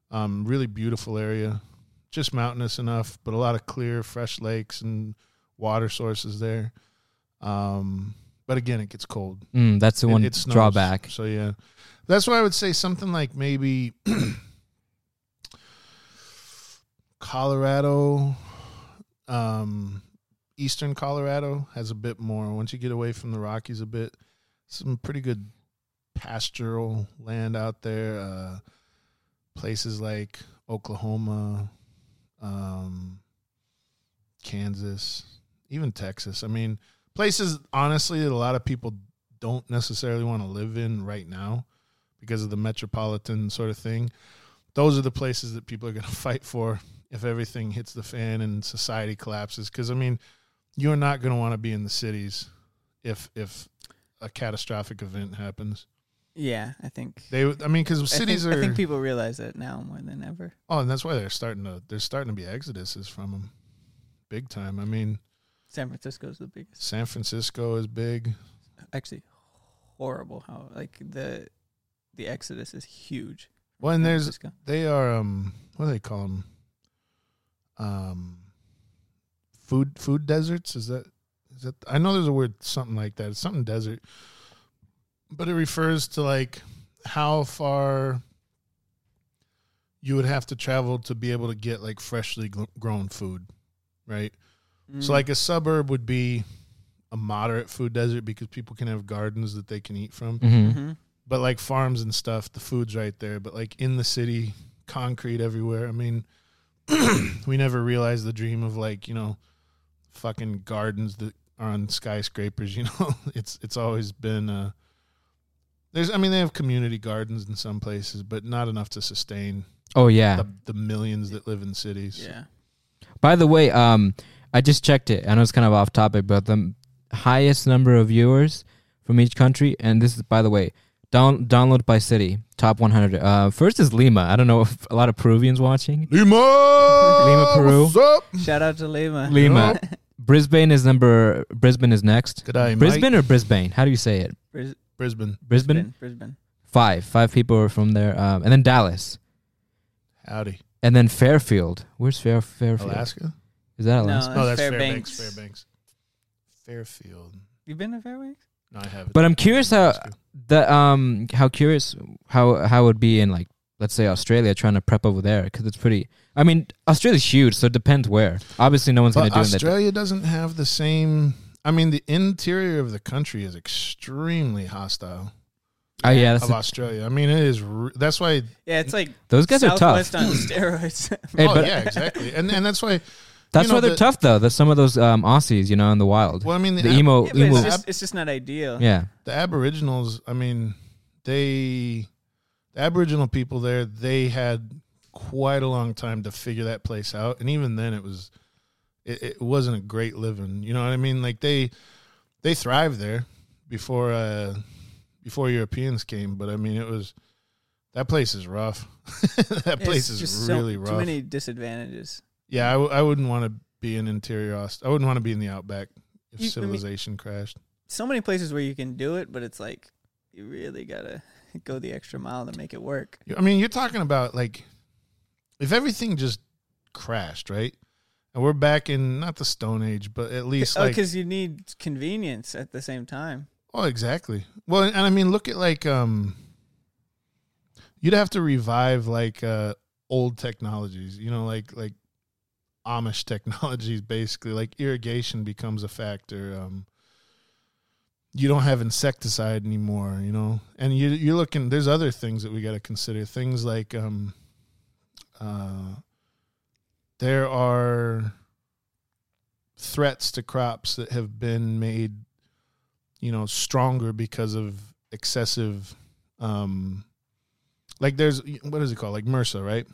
[SPEAKER 5] um, really beautiful area, just mountainous enough, but a lot of clear, fresh lakes and water sources there. Um, but again, it gets cold
[SPEAKER 4] mm, that's the
[SPEAKER 5] it-
[SPEAKER 4] one
[SPEAKER 5] it snows.
[SPEAKER 4] drawback.
[SPEAKER 5] So yeah, that's why I would say something like maybe [CLEARS THROAT] Colorado, um, Eastern Colorado has a bit more. Once you get away from the Rockies a bit, some pretty good pastoral land out there. Uh, places like Oklahoma, um, Kansas, even Texas. I mean, places honestly that a lot of people don't necessarily want to live in right now because of the metropolitan sort of thing. Those are the places that people are going to [LAUGHS] fight for if everything hits the fan and society collapses. Because I mean, you're not going to want to be in the cities if if a catastrophic event happens.
[SPEAKER 3] Yeah, I think.
[SPEAKER 5] They, I mean, because
[SPEAKER 3] I
[SPEAKER 5] cities
[SPEAKER 3] think,
[SPEAKER 5] are.
[SPEAKER 3] I think people realize that now more than ever.
[SPEAKER 5] oh, and that's why they're starting to they're starting to be exoduses from them, big time. I mean,
[SPEAKER 3] San Francisco's the biggest.
[SPEAKER 5] San Francisco is big.
[SPEAKER 3] Actually, horrible how like the the exodus is huge. from
[SPEAKER 5] Well, and
[SPEAKER 3] San
[SPEAKER 5] there's
[SPEAKER 3] Francisco.
[SPEAKER 5] they are um what do they call them um food food deserts is that is that i know there's a word something like that it's something desert but it refers to like how far you would have to travel to be able to get like freshly gl- grown food right
[SPEAKER 3] Mm.
[SPEAKER 5] so like a suburb would be a moderate food desert because people can have gardens that they can eat from
[SPEAKER 4] Mhm.
[SPEAKER 3] Mhm.
[SPEAKER 5] but like farms and stuff, the food's right there. But like in the city, concrete everywhere. I mean, [CLEARS THROAT] we never realized the dream of like you know, fucking gardens that are on skyscrapers. [LAUGHS] You know, it's it's always been. Uh, there's, I mean, they have community gardens in some places, but not enough to sustain
[SPEAKER 4] Oh yeah.
[SPEAKER 5] the, the millions that live in cities.
[SPEAKER 3] Yeah.
[SPEAKER 4] By the way, um, I just checked it. I know it's kind of off topic, but the highest number of viewers from each country, and this is by the way, down download by city, top 100. Uh, first is Lima. I don't know if a lot of Peruvians watching.
[SPEAKER 5] Lima,
[SPEAKER 4] Lima, Peru.
[SPEAKER 5] What's up?
[SPEAKER 3] Shout out to Lima.
[SPEAKER 4] Lima. Brisbane is number. Brisbane is next.
[SPEAKER 5] Good day,
[SPEAKER 4] Brisbane or Brisbane? How do you say it?
[SPEAKER 3] Bris-
[SPEAKER 5] Brisbane.
[SPEAKER 4] Brisbane.
[SPEAKER 3] Brisbane. Brisbane.
[SPEAKER 4] Five. Five people are from there, um, and then Dallas,
[SPEAKER 5] Howdy,
[SPEAKER 4] and then Fairfield. Where's Fair Fairfield?
[SPEAKER 5] Alaska.
[SPEAKER 4] Is that
[SPEAKER 3] No,
[SPEAKER 4] Alaska?
[SPEAKER 3] that's,
[SPEAKER 5] No, Oh, that's
[SPEAKER 3] Fairbanks.
[SPEAKER 5] Fairbanks. Fairbanks. Fairfield.
[SPEAKER 3] You been to Fairbanks?
[SPEAKER 5] No, I haven't.
[SPEAKER 4] But I'm curious how
[SPEAKER 5] Alaska.
[SPEAKER 4] the um how curious how how it would be in like let's say Australia trying to prep over there because it's pretty. I mean Australia's huge, so it depends where. Obviously, no one's going
[SPEAKER 5] But
[SPEAKER 4] to do it.
[SPEAKER 5] Australia doesn't have the same. I mean, the interior of the country is extremely hostile.
[SPEAKER 4] Oh yeah, that's
[SPEAKER 5] of Australia. I mean, it is. r- That's why.
[SPEAKER 3] Yeah, it's like
[SPEAKER 4] Those guys are tough.
[SPEAKER 3] Southwest
[SPEAKER 4] [LAUGHS]
[SPEAKER 3] on steroids.
[SPEAKER 4] Hey,
[SPEAKER 5] oh
[SPEAKER 4] but-
[SPEAKER 5] yeah, exactly. And and that's why.
[SPEAKER 4] that's
[SPEAKER 5] you know,
[SPEAKER 4] why they're
[SPEAKER 5] the-
[SPEAKER 4] tough though. That some of those um, Aussies, you know, in the wild.
[SPEAKER 5] Well, I mean,
[SPEAKER 4] [LAUGHS] the,
[SPEAKER 5] the-
[SPEAKER 3] [LAUGHS]
[SPEAKER 4] emo,
[SPEAKER 3] Yeah, but
[SPEAKER 4] emo,
[SPEAKER 3] it's, just, it's just not ideal.
[SPEAKER 4] Oh, yeah.
[SPEAKER 5] the aboriginals i mean they the aboriginal people there they had quite a long time to figure that place out and even then it was it, it wasn't a great living you know what i mean like they they thrived there before uh before europeans came but i mean it was that place is rough [LAUGHS] that
[SPEAKER 3] It's
[SPEAKER 5] place
[SPEAKER 3] just
[SPEAKER 5] is
[SPEAKER 3] so-
[SPEAKER 5] really rough
[SPEAKER 3] Too many disadvantages.
[SPEAKER 5] yeah I, w- I wouldn't want to be in interior Aust- i wouldn't want to be in the outback
[SPEAKER 3] You-
[SPEAKER 5] if
[SPEAKER 3] I mean-
[SPEAKER 5] civilization crashed
[SPEAKER 3] So many places where you can do it, but it's like you really gotta [LAUGHS] go the extra mile to make it work.
[SPEAKER 5] You- I mean, you're talking about like if everything just crashed, right? And we're back in not the Stone Age, but at least
[SPEAKER 3] Oh,
[SPEAKER 5] like
[SPEAKER 3] because you need convenience at the same time.
[SPEAKER 5] oh, exactly. Well, and I mean, look at like um, you'd have to revive like uh old technologies, you know, like like Amish [LAUGHS] technologies, basically. Like irrigation becomes a factor. Um, you don't have insecticide anymore, you know, and you you're looking. There's other things that we got to consider. Things like um, uh, there are threats to crops that have been made, you know, stronger because of excessive, um, like there's what is it called, like MRSA, right?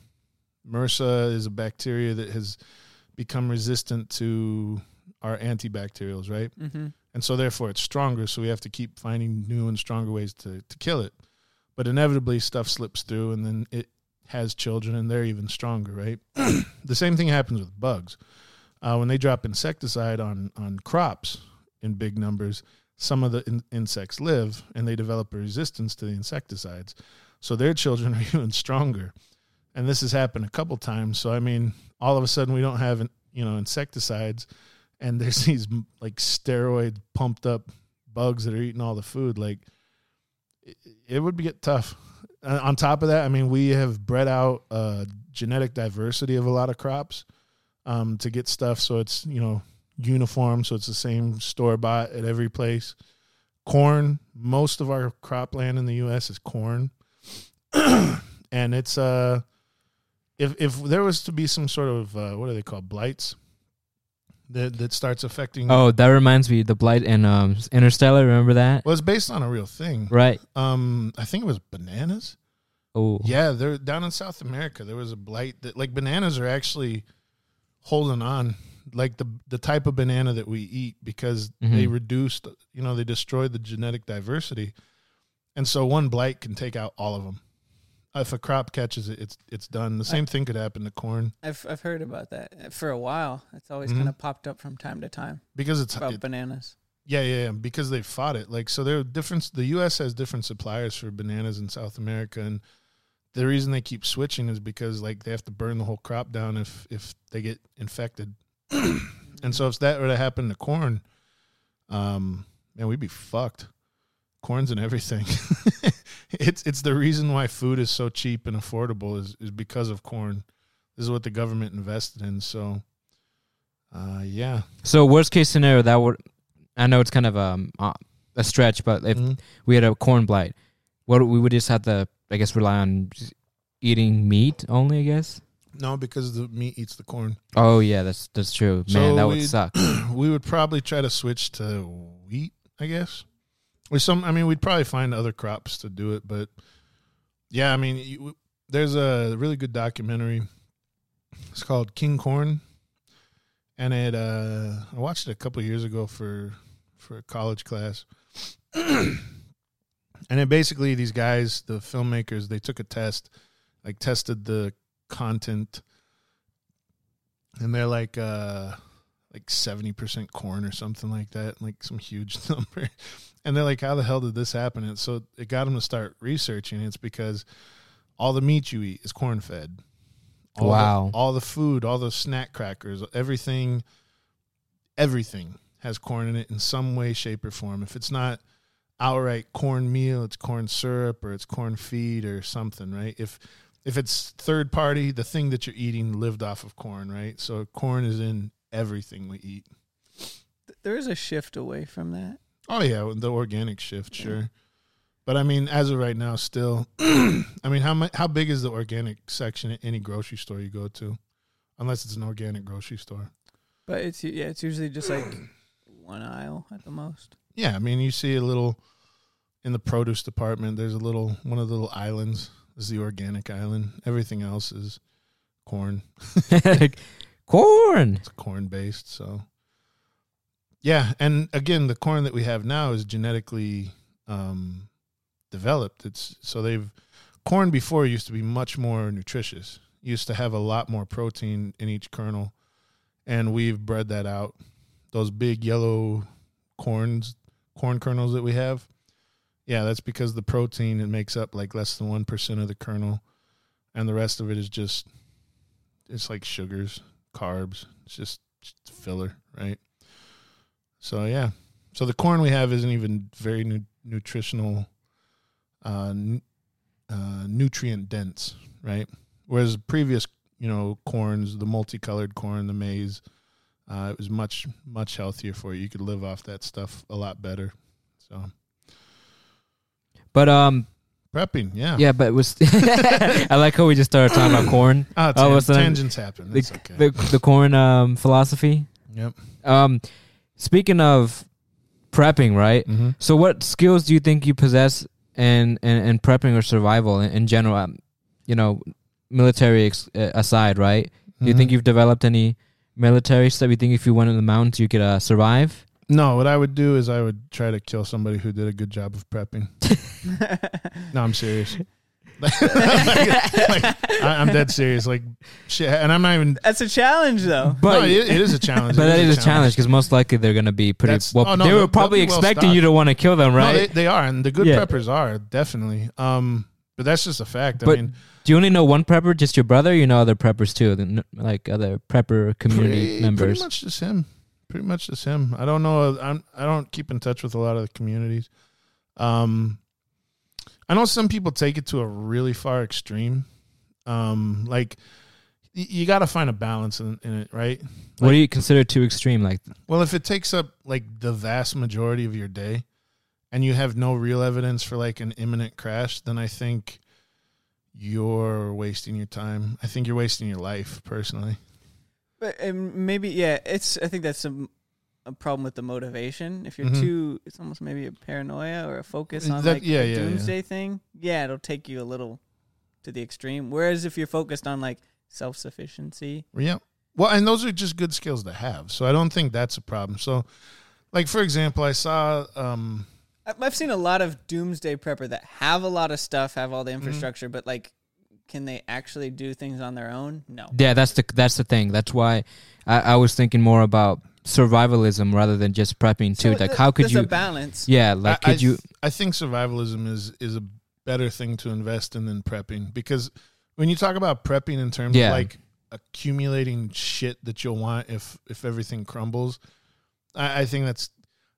[SPEAKER 5] MRSA is a bacteria that has become resistant to our antibacterials, right?
[SPEAKER 3] Mm-hmm.
[SPEAKER 5] and so therefore it's stronger so we have to keep finding new and stronger ways to, to kill it but inevitably stuff slips through and then it has children and they're even stronger right [CLEARS THROAT] the same thing happens with bugs uh, when they drop insecticide on on crops in big numbers some of the in- insects live and they develop a resistance to the insecticides so their children [LAUGHS] are even stronger and this has happened a couple times so i mean all of a sudden we don't have you know insecticides and there's [LAUGHS] these m- like steroid pumped up bugs that are eating all the food like it, it would be get tough Uh, on top of that i mean we have bred out uh genetic diversity of a lot of crops um to get stuff so it's you know uniform so it's the same store bought at every place corn most of our cropland in the us is corn [CLEARS THROAT] and it's uh if if there was to be some sort of uh, what are they called blights that that starts affecting
[SPEAKER 4] Oh, that reminds me, the blight and um, Interstellar. Remember that?
[SPEAKER 5] well, it's based on a real thing.
[SPEAKER 4] Right.
[SPEAKER 5] Um, I think it was bananas.
[SPEAKER 4] Oh,
[SPEAKER 5] Yeah, they're down in South America. There was a blight that like bananas are actually holding on, like the the type of banana that we eat because they
[SPEAKER 4] Mhm.
[SPEAKER 5] reduced, you know, they destroyed the genetic diversity, and so one blight can take out all of them. If a crop catches it, it's it's done. The same thing could happen to corn
[SPEAKER 3] I've I've heard about that uh, for a while. It's always
[SPEAKER 5] Mhm.
[SPEAKER 3] kind of popped up from time to time
[SPEAKER 5] because it's
[SPEAKER 3] about
[SPEAKER 5] it-
[SPEAKER 3] bananas.
[SPEAKER 5] Yeah, yeah, yeah, because they fought it. Like, so there are different. The U.S. has different suppliers for bananas in South America, and the reason they keep switching is because like they have to burn the whole crop down if if they get infected. and so if that were to happen to corn, um, man, we'd be fucked. Corns and everything. [LAUGHS] it's it's the reason why food is so cheap and affordable is is because of corn. This is what the government invested in. So, uh, yeah.
[SPEAKER 4] So worst case scenario, that would I know it's kind of um, uh, a stretch, but if
[SPEAKER 5] Mhm.
[SPEAKER 4] we had a corn blight, what we would just have to, I guess, rely on just eating meat only. I guess.
[SPEAKER 5] No, because the meat eats the corn. [CLEARS THROAT]
[SPEAKER 4] Oh yeah, that's that's true. Man,
[SPEAKER 5] So
[SPEAKER 4] that
[SPEAKER 5] we-
[SPEAKER 4] would suck.
[SPEAKER 5] we would probably try to switch to wheat, I guess. Or some, I mean, we'd probably find other crops to do it, but yeah, I mean, you, there's a really good documentary. It's called King Corn, and it uh, I watched it a couple years ago for for a college class, [CLEARS THROAT] and it basically these guys, the filmmakers, they took a test, like tested the content, and they're like. uh like 70% corn or something like that, like some huge [LAUGHS] number. And they're like, how the hell did this happen? And so it got them to start researching. It's because all the meat you eat is corn fed. All
[SPEAKER 4] Wow.
[SPEAKER 5] The, all the food, all those snack crackers, everything, everything has corn in it in some way, shape, or form. If it's not outright corn meal, it's corn syrup or it's corn feed or something, right? If if it's third party, the thing that you're eating lived off of corn, right? So corn is in everything we eat.
[SPEAKER 3] Th- There is a shift away from that.
[SPEAKER 5] Oh yeah, the organic shift,
[SPEAKER 3] Yeah.
[SPEAKER 5] sure. But I mean, as of right now, still, [CLEARS THROAT] I mean, how mu- how big is the organic section at any grocery store you go to, unless it's an organic grocery store?
[SPEAKER 3] But it's yeah, it's usually just like [CLEARS THROAT] one aisle at the most.
[SPEAKER 5] Yeah, I mean, you see a little in the produce department. There's a little one of the little islands is the organic island. Everything else is corn.
[SPEAKER 4] [LAUGHS] corn.
[SPEAKER 5] It's corn based, so yeah. And again, the corn that we have now is genetically um, developed. It's so they've corn before used to be much more nutritious. Used to have a lot more protein in each kernel, and we've bred that out. Those big yellow corns, corn kernels that we have. Yeah, that's because the protein it makes up like less than one percent of the kernel, and the rest of it is just it's like sugars, carbs. It's just, just filler, right? So yeah, so the corn we have isn't even very nu- nutritional, uh, nu- uh, nutrient dense, right? Whereas previous, you know, corns, the multicolored corn, the maize, uh, it was much much healthier for you. You could live off that stuff a lot better. So.
[SPEAKER 4] But um,
[SPEAKER 5] prepping, yeah,
[SPEAKER 4] yeah. But it was [LAUGHS] I like how we just started talking about corn.
[SPEAKER 5] Oh,
[SPEAKER 4] All of a
[SPEAKER 5] tan-
[SPEAKER 4] sudden,
[SPEAKER 5] tangents happen. That's
[SPEAKER 4] the,
[SPEAKER 5] okay.
[SPEAKER 4] the the corn um philosophy.
[SPEAKER 5] yep.
[SPEAKER 4] Um, speaking of prepping, right?
[SPEAKER 5] Mm-hmm.
[SPEAKER 4] So, what skills do you think you possess in in, in prepping or survival in, in general? Um, you know, military ex- uh, aside, right? Do you
[SPEAKER 5] Mm-hmm.
[SPEAKER 4] think you've developed any military stuff? You think if you went in the mountains, you could uh, survive?
[SPEAKER 5] No, what I would do is I would try to kill somebody who did a good job of prepping. no, I'm serious. [LAUGHS] like, I, am dead serious. Like shit, and I'm not even.
[SPEAKER 3] That's a challenge, though.
[SPEAKER 5] But
[SPEAKER 4] But
[SPEAKER 5] no, it, it is a
[SPEAKER 4] [LAUGHS]
[SPEAKER 5] challenge.
[SPEAKER 4] but
[SPEAKER 5] It
[SPEAKER 4] that is a challenge because most likely they're going to be pretty.
[SPEAKER 5] That's-
[SPEAKER 4] well,
[SPEAKER 5] oh, no,
[SPEAKER 4] they
[SPEAKER 5] they'll-
[SPEAKER 4] were probably
[SPEAKER 5] they'll be well
[SPEAKER 4] expecting you to want to kill them,
[SPEAKER 5] No,
[SPEAKER 4] right?
[SPEAKER 5] they, they are, and the good
[SPEAKER 4] Yeah.
[SPEAKER 5] preppers are definitely. Um, but that's just a fact. I
[SPEAKER 4] But
[SPEAKER 5] mean,
[SPEAKER 4] Do you only know one prepper, just your brother? Or you know other preppers too, the n- like other prepper community
[SPEAKER 5] pretty,
[SPEAKER 4] members.
[SPEAKER 5] pretty much just him. Pretty much just him. I don't know. I'm. I don't keep in touch with a lot of the communities. Um, I know some people take it to a really far extreme. Um, like y- you got to find a balance in, in it, right?
[SPEAKER 4] what do you consider too extreme? Like,
[SPEAKER 5] Well, if it takes up like the vast majority of your day and you have no real evidence for like an imminent crash, then I think you're wasting your time. I think you're wasting your life personally.
[SPEAKER 3] But um, maybe yeah, it's. I think that's some a problem with the motivation. If you're
[SPEAKER 4] Mm-hmm.
[SPEAKER 5] Mhm.
[SPEAKER 3] too, it's almost maybe a paranoia or a focus
[SPEAKER 5] Uh,
[SPEAKER 3] on
[SPEAKER 5] that-
[SPEAKER 3] like
[SPEAKER 5] yeah,
[SPEAKER 3] the
[SPEAKER 5] yeah, yeah.
[SPEAKER 3] doomsday thing. Yeah, it'll take you a little to the extreme. Whereas if you're focused on like self sufficiency,
[SPEAKER 5] Yeah. Well, and those are just good skills to have. So I don't think that's a problem. So like for example, I saw um
[SPEAKER 3] I've seen a lot of doomsday prepper that have a lot of stuff, have all the
[SPEAKER 4] Mm-hmm.
[SPEAKER 3] infrastructure, but like, can they actually do things on their own? No.
[SPEAKER 4] yeah, that's the that's the thing. That's why I, I was thinking more about survivalism rather than just prepping
[SPEAKER 3] So
[SPEAKER 4] too. Like,
[SPEAKER 3] th-
[SPEAKER 4] how could
[SPEAKER 3] there's
[SPEAKER 4] you?
[SPEAKER 3] a balance?
[SPEAKER 4] yeah, like,
[SPEAKER 5] I, I
[SPEAKER 4] could you?
[SPEAKER 5] th- I think survivalism is is a better thing to invest in than prepping because when you talk about prepping in terms
[SPEAKER 4] Yeah.
[SPEAKER 5] of like accumulating shit that you'll want if if everything crumbles, I, I think that's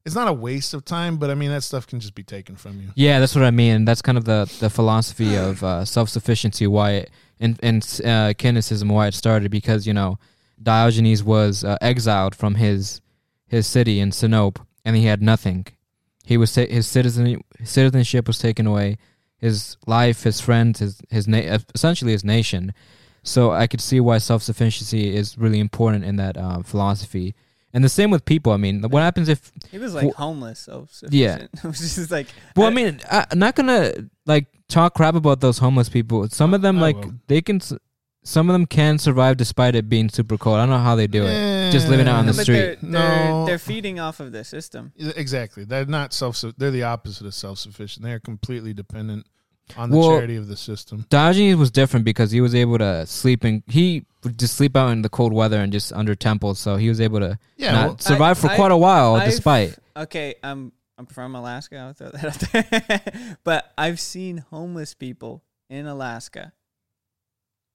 [SPEAKER 5] it's not a waste of time, but I mean that stuff can just be taken from you.
[SPEAKER 4] Yeah, that's what I mean. That's kind of the, the philosophy of uh, self sufficiency, why it, and and uh, Kinesicism, why it started because you know Diogenes was uh, exiled from his his city in Sinope, and he had nothing. He was ta- his citizen his citizenship was taken away, his life, his friends, his his na- uh, essentially his nation. So I could see why self sufficiency is really important in that uh, philosophy, and the same with people. I mean, what happens if
[SPEAKER 3] He was like
[SPEAKER 4] Well-
[SPEAKER 3] homeless, so
[SPEAKER 4] Yeah.
[SPEAKER 3] yeah, [LAUGHS] it was just like
[SPEAKER 4] Well, I mean, I, I'm not gonna like talk crap about those homeless people. Some of them,
[SPEAKER 5] I
[SPEAKER 4] like,
[SPEAKER 5] will.
[SPEAKER 4] they can, s- some of them can survive despite it being super cold. I don't know how they do it. Just living out on the
[SPEAKER 3] [LAUGHS] but
[SPEAKER 4] street.
[SPEAKER 3] They're, they're,
[SPEAKER 5] No.
[SPEAKER 3] they're feeding off of the system.
[SPEAKER 5] Exactly, they're not self. They're the opposite of self sufficient. They are completely dependent on the
[SPEAKER 4] Well-
[SPEAKER 5] charity of the system.
[SPEAKER 4] Diogenes was different because he was able to sleep in. He would just sleep out in the cold weather and just under temples, so he was able to
[SPEAKER 5] Yeah,
[SPEAKER 4] not
[SPEAKER 5] well-
[SPEAKER 4] survive for
[SPEAKER 3] I-
[SPEAKER 4] quite a while
[SPEAKER 3] I've-
[SPEAKER 4] Oh, despite.
[SPEAKER 3] Okay, I'm I'm from Alaska. I'll throw that out there. [LAUGHS] but I've seen homeless people in Alaska.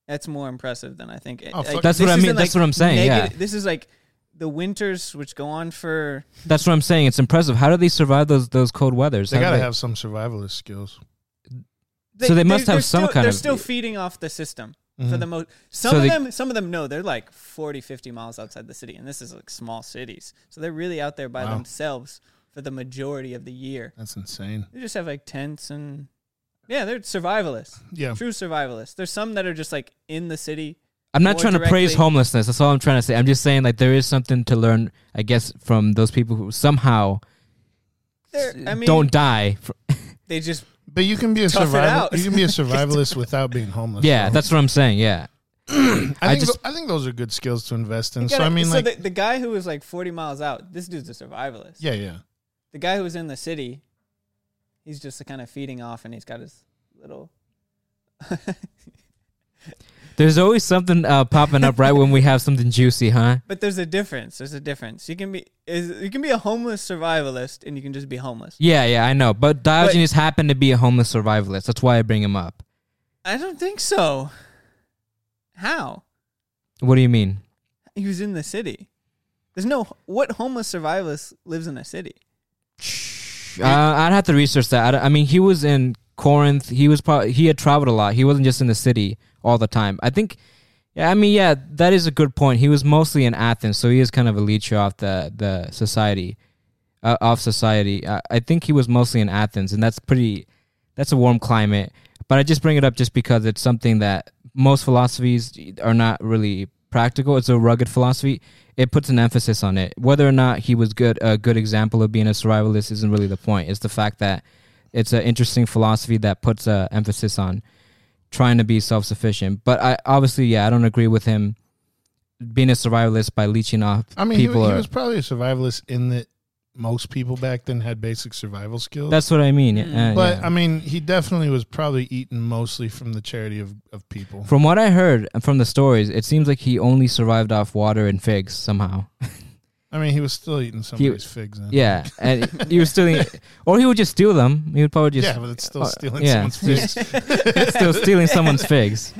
[SPEAKER 3] That's more impressive than I think.
[SPEAKER 5] Oh, fuck.
[SPEAKER 4] That's what
[SPEAKER 3] this
[SPEAKER 4] I mean.
[SPEAKER 3] isn't,
[SPEAKER 4] That's what I'm saying, yeah.
[SPEAKER 3] this is like the winters which go on for.
[SPEAKER 4] That's what I'm saying. It's impressive. How do they survive those those cold weathers?
[SPEAKER 5] They
[SPEAKER 4] How do
[SPEAKER 5] gotta have some survivalist skills.
[SPEAKER 4] So they must
[SPEAKER 3] they're
[SPEAKER 4] have some
[SPEAKER 3] still-
[SPEAKER 4] kind
[SPEAKER 3] They're
[SPEAKER 4] of- Mm-hmm.
[SPEAKER 3] still feeding off the system
[SPEAKER 5] Mm-hmm.
[SPEAKER 3] for the most. Some
[SPEAKER 4] So
[SPEAKER 3] of
[SPEAKER 4] they-
[SPEAKER 3] them, some of them know they're like 40, 50 miles outside the city, and this is like small cities, so they're really out there by
[SPEAKER 5] Wow.
[SPEAKER 3] themselves for the majority of the year.
[SPEAKER 5] That's insane.
[SPEAKER 3] They just have like tents and yeah, they're survivalists.
[SPEAKER 5] Yeah.
[SPEAKER 3] True survivalists. There's some that are just like in the city.
[SPEAKER 4] I'm not
[SPEAKER 3] more
[SPEAKER 4] trying to praise
[SPEAKER 3] directly-
[SPEAKER 4] homelessness. That's all I'm trying to say. I'm just saying like there is something to learn, I guess, from those people who somehow
[SPEAKER 3] They're- I mean,
[SPEAKER 4] don't die. fr-
[SPEAKER 3] they just
[SPEAKER 5] But you can be a
[SPEAKER 3] Tough it
[SPEAKER 5] survival.
[SPEAKER 3] out.
[SPEAKER 5] You can be a survivalist without being homeless.
[SPEAKER 4] yeah,
[SPEAKER 5] though.
[SPEAKER 4] that's what I'm saying. Yeah,
[SPEAKER 5] I,
[SPEAKER 4] I
[SPEAKER 5] think
[SPEAKER 4] just-
[SPEAKER 5] tho- I think those are good skills to invest in.
[SPEAKER 3] You
[SPEAKER 5] So
[SPEAKER 3] gotta-
[SPEAKER 5] I mean, like,
[SPEAKER 3] the, the guy who was like 40 miles out, this dude's a survivalist.
[SPEAKER 5] yeah, yeah,
[SPEAKER 3] The guy who was in the city, he's just kind of feeding off, and he's got his little. [LAUGHS]
[SPEAKER 4] there's always something uh, popping up right when we have something juicy, huh?
[SPEAKER 3] But there's a difference. There's a difference. You can be is you can be a homeless survivalist, and you can just be homeless.
[SPEAKER 4] Yeah, yeah, I know. But Diogenes happened to be a homeless survivalist. That's why I bring him up.
[SPEAKER 3] I don't think so. How
[SPEAKER 4] What do you mean?
[SPEAKER 3] he was in the city? There's no what homeless survivalist lives in a city.
[SPEAKER 4] Uh, I'd have to research that. I don't- I, mean, he was in Corinth. He was probably he had traveled a lot. He wasn't just in the city all the time. I think. Yeah, I mean, yeah, that is a good point. He was mostly in Athens, so he is kind of a leecher off the the society, uh, off society. I, I think he was mostly in Athens, and that's pretty. That's a warm climate. But I just bring it up just because it's something that most philosophies are not really practical. It's a rugged philosophy. It puts an emphasis on it. Whether or not he was good, a good example of being a survivalist isn't really the point. It's the fact that it's an interesting philosophy that puts an emphasis on trying to be self-sufficient. But I obviously, yeah, I don't agree with him being a survivalist by leeching off
[SPEAKER 5] I mean, he,
[SPEAKER 4] people.
[SPEAKER 5] wa- he
[SPEAKER 4] or-
[SPEAKER 5] was probably a survivalist in that most people back then had basic survival skills.
[SPEAKER 4] that's what I mean.
[SPEAKER 3] Mm.
[SPEAKER 4] uh,
[SPEAKER 5] but
[SPEAKER 4] yeah.
[SPEAKER 5] I mean, he definitely was probably eaten mostly from the charity of, of people.
[SPEAKER 4] From what I heard and from the stories, it seems like he only survived off water and figs somehow.
[SPEAKER 5] I mean, he was still eating somebody's figs. Then.
[SPEAKER 4] Yeah, and he was stealing, or he would just steal them. He would probably just
[SPEAKER 5] yeah, but it's still
[SPEAKER 4] uh,
[SPEAKER 5] stealing
[SPEAKER 3] [LAUGHS]
[SPEAKER 4] yeah.
[SPEAKER 5] someone's figs.
[SPEAKER 4] still stealing someone's figs.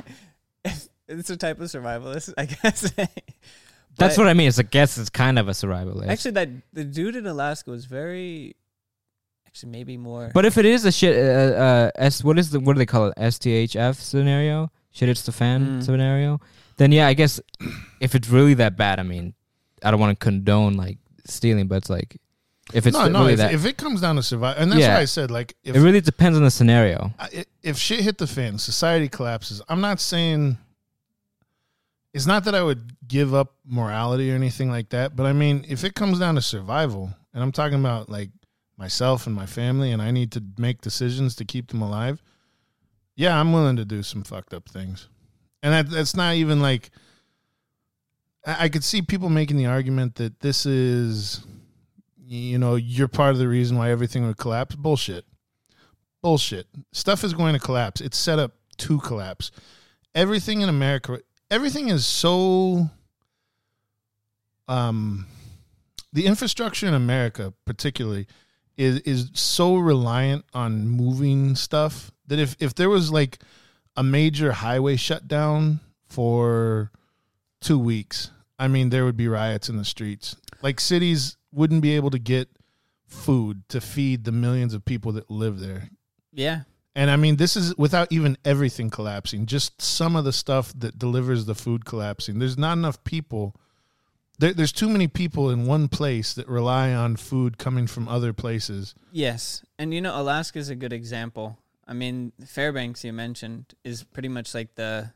[SPEAKER 3] It's a type of survivalist, I [LAUGHS] guess. But-
[SPEAKER 4] That's what I mean. It's a guess. It's kind of a survivalist.
[SPEAKER 3] Actually, that the dude in Alaska was very, actually maybe more.
[SPEAKER 4] but if it is a shit, uh, uh, s what is the what do they call it? STHF scenario, shit hits the fan
[SPEAKER 3] Mm.
[SPEAKER 4] scenario. Then yeah, I guess if it's really that bad, I mean, I don't want to condone like stealing, but it's like if it's
[SPEAKER 5] no, no.
[SPEAKER 4] really
[SPEAKER 5] If,
[SPEAKER 4] that,
[SPEAKER 5] if it comes down to survival, and that's
[SPEAKER 4] Yeah.
[SPEAKER 5] why I said, like, if
[SPEAKER 4] it really depends on the scenario.
[SPEAKER 5] I- if shit hit the fan, society collapses. I'm not saying it's not that I would give up morality or anything like that, but I mean, if it comes down to survival, and I'm talking about like myself and my family, and I need to make decisions to keep them alive, yeah, I'm willing to do some fucked up things. And that, that's not even like I, I could see people making the argument that this is, you know, you're part of the reason why everything would collapse. Bullshit bullshit. Stuff is going to collapse. It's set up to collapse. Everything in America, everything is so. Um, the infrastructure in America, particularly, is is so reliant on moving stuff that if if there was like a major highway shutdown for two weeks, I mean, there would be riots in the streets. Like cities wouldn't be able to get food to feed the millions of people that live there
[SPEAKER 3] yeah,
[SPEAKER 5] and I mean, this is without even everything collapsing, just some of the stuff that delivers the food collapsing. There's not enough people. There, there's too many people in one place that rely on food coming from other places.
[SPEAKER 3] yes, and you know Alaska's a good example. I mean, Fairbanks you mentioned is pretty much like the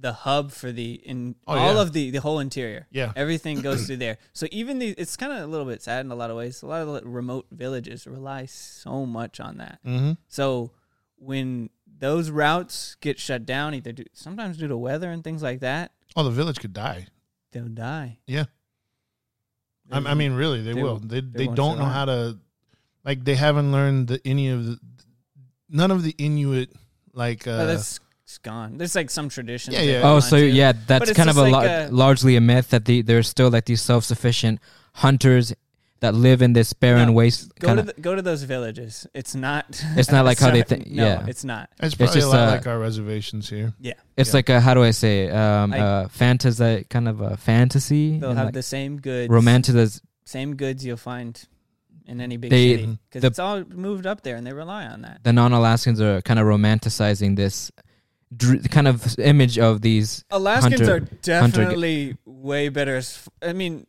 [SPEAKER 3] the hub for the in
[SPEAKER 5] Oh,
[SPEAKER 3] all
[SPEAKER 5] yeah.
[SPEAKER 3] of the the whole interior.
[SPEAKER 5] Yeah.
[SPEAKER 3] everything
[SPEAKER 5] [CLEARS THROAT]
[SPEAKER 3] goes through there. So even the it's kind of a little bit sad in a lot of ways. A lot of the remote villages rely so much on that.
[SPEAKER 5] Mm-hmm.
[SPEAKER 3] So when those routes get shut down, either due, sometimes due to weather and things like that,
[SPEAKER 5] Oh, the village could die.
[SPEAKER 3] they'll die.
[SPEAKER 5] Yeah. I, I
[SPEAKER 3] They-
[SPEAKER 5] mean, really, they,
[SPEAKER 3] they
[SPEAKER 5] will.
[SPEAKER 3] will- they
[SPEAKER 5] They they,
[SPEAKER 3] won't
[SPEAKER 5] don't know
[SPEAKER 3] survive.
[SPEAKER 5] how to, like, they haven't learned the, any of the, none of the Inuit, like, uh,
[SPEAKER 3] Oh, that's it's gone. There's like some tradition.
[SPEAKER 5] Yeah,
[SPEAKER 3] that
[SPEAKER 5] yeah.
[SPEAKER 3] they
[SPEAKER 4] Oh,
[SPEAKER 3] hold
[SPEAKER 4] so
[SPEAKER 3] on to.
[SPEAKER 4] yeah,
[SPEAKER 3] But
[SPEAKER 4] that's
[SPEAKER 3] it's
[SPEAKER 4] kind of a,
[SPEAKER 3] just
[SPEAKER 4] lar-
[SPEAKER 3] like a-
[SPEAKER 4] largely a myth that the, there's still like these self-sufficient hunters that live in this barren
[SPEAKER 3] No,
[SPEAKER 4] waste.
[SPEAKER 3] Go
[SPEAKER 4] Kind
[SPEAKER 3] to
[SPEAKER 4] of,
[SPEAKER 3] the, go to those villages. It's not.
[SPEAKER 4] It's not like how
[SPEAKER 3] [LAUGHS]
[SPEAKER 4] they think-
[SPEAKER 3] No,
[SPEAKER 4] yeah.
[SPEAKER 3] it's not.
[SPEAKER 5] it's probably
[SPEAKER 4] just,
[SPEAKER 5] a lot
[SPEAKER 4] uh,
[SPEAKER 5] like our reservations here.
[SPEAKER 3] Yeah,
[SPEAKER 4] it's
[SPEAKER 5] yeah.
[SPEAKER 4] like a how do I say it? um,
[SPEAKER 3] I-
[SPEAKER 4] uh, fantasy kind of a fantasy.
[SPEAKER 3] they'll
[SPEAKER 4] and,
[SPEAKER 3] have
[SPEAKER 4] like,
[SPEAKER 3] the same goods.
[SPEAKER 4] romantic.
[SPEAKER 3] Same goods you'll find in any big
[SPEAKER 4] They-
[SPEAKER 3] city because
[SPEAKER 4] the-
[SPEAKER 3] it's all moved up there and they rely on that.
[SPEAKER 4] The non-Alaskans are kind of romanticizing this dr- kind of image of these.
[SPEAKER 3] Alaskans
[SPEAKER 4] Hunter-
[SPEAKER 3] are definitely way better. As f- I mean,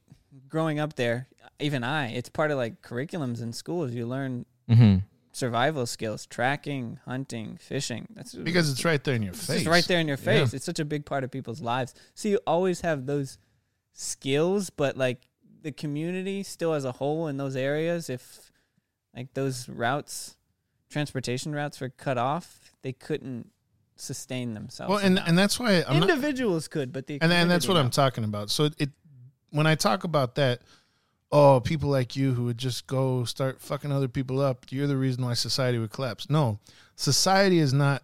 [SPEAKER 3] growing up there, even I, it's part of like curriculums in schools. You learn [LAUGHS]
[SPEAKER 4] hmm
[SPEAKER 3] survival skills, tracking, hunting, fishing. That's
[SPEAKER 5] because it's right there in your face.
[SPEAKER 3] It's just right there in your
[SPEAKER 5] Yeah.
[SPEAKER 3] face. It's such a big part of people's lives. So you always have those skills, but like the community still as a whole in those areas, if like those routes, transportation routes were cut off, they couldn't sustain themselves.
[SPEAKER 5] Well, and and that's why I'm not,
[SPEAKER 3] individuals could, but the
[SPEAKER 5] and and that's what I'm
[SPEAKER 3] community
[SPEAKER 5] talking about. So it when I talk about that, oh, people like you who would just go start fucking other people up. You're the reason why society would collapse. No, society is not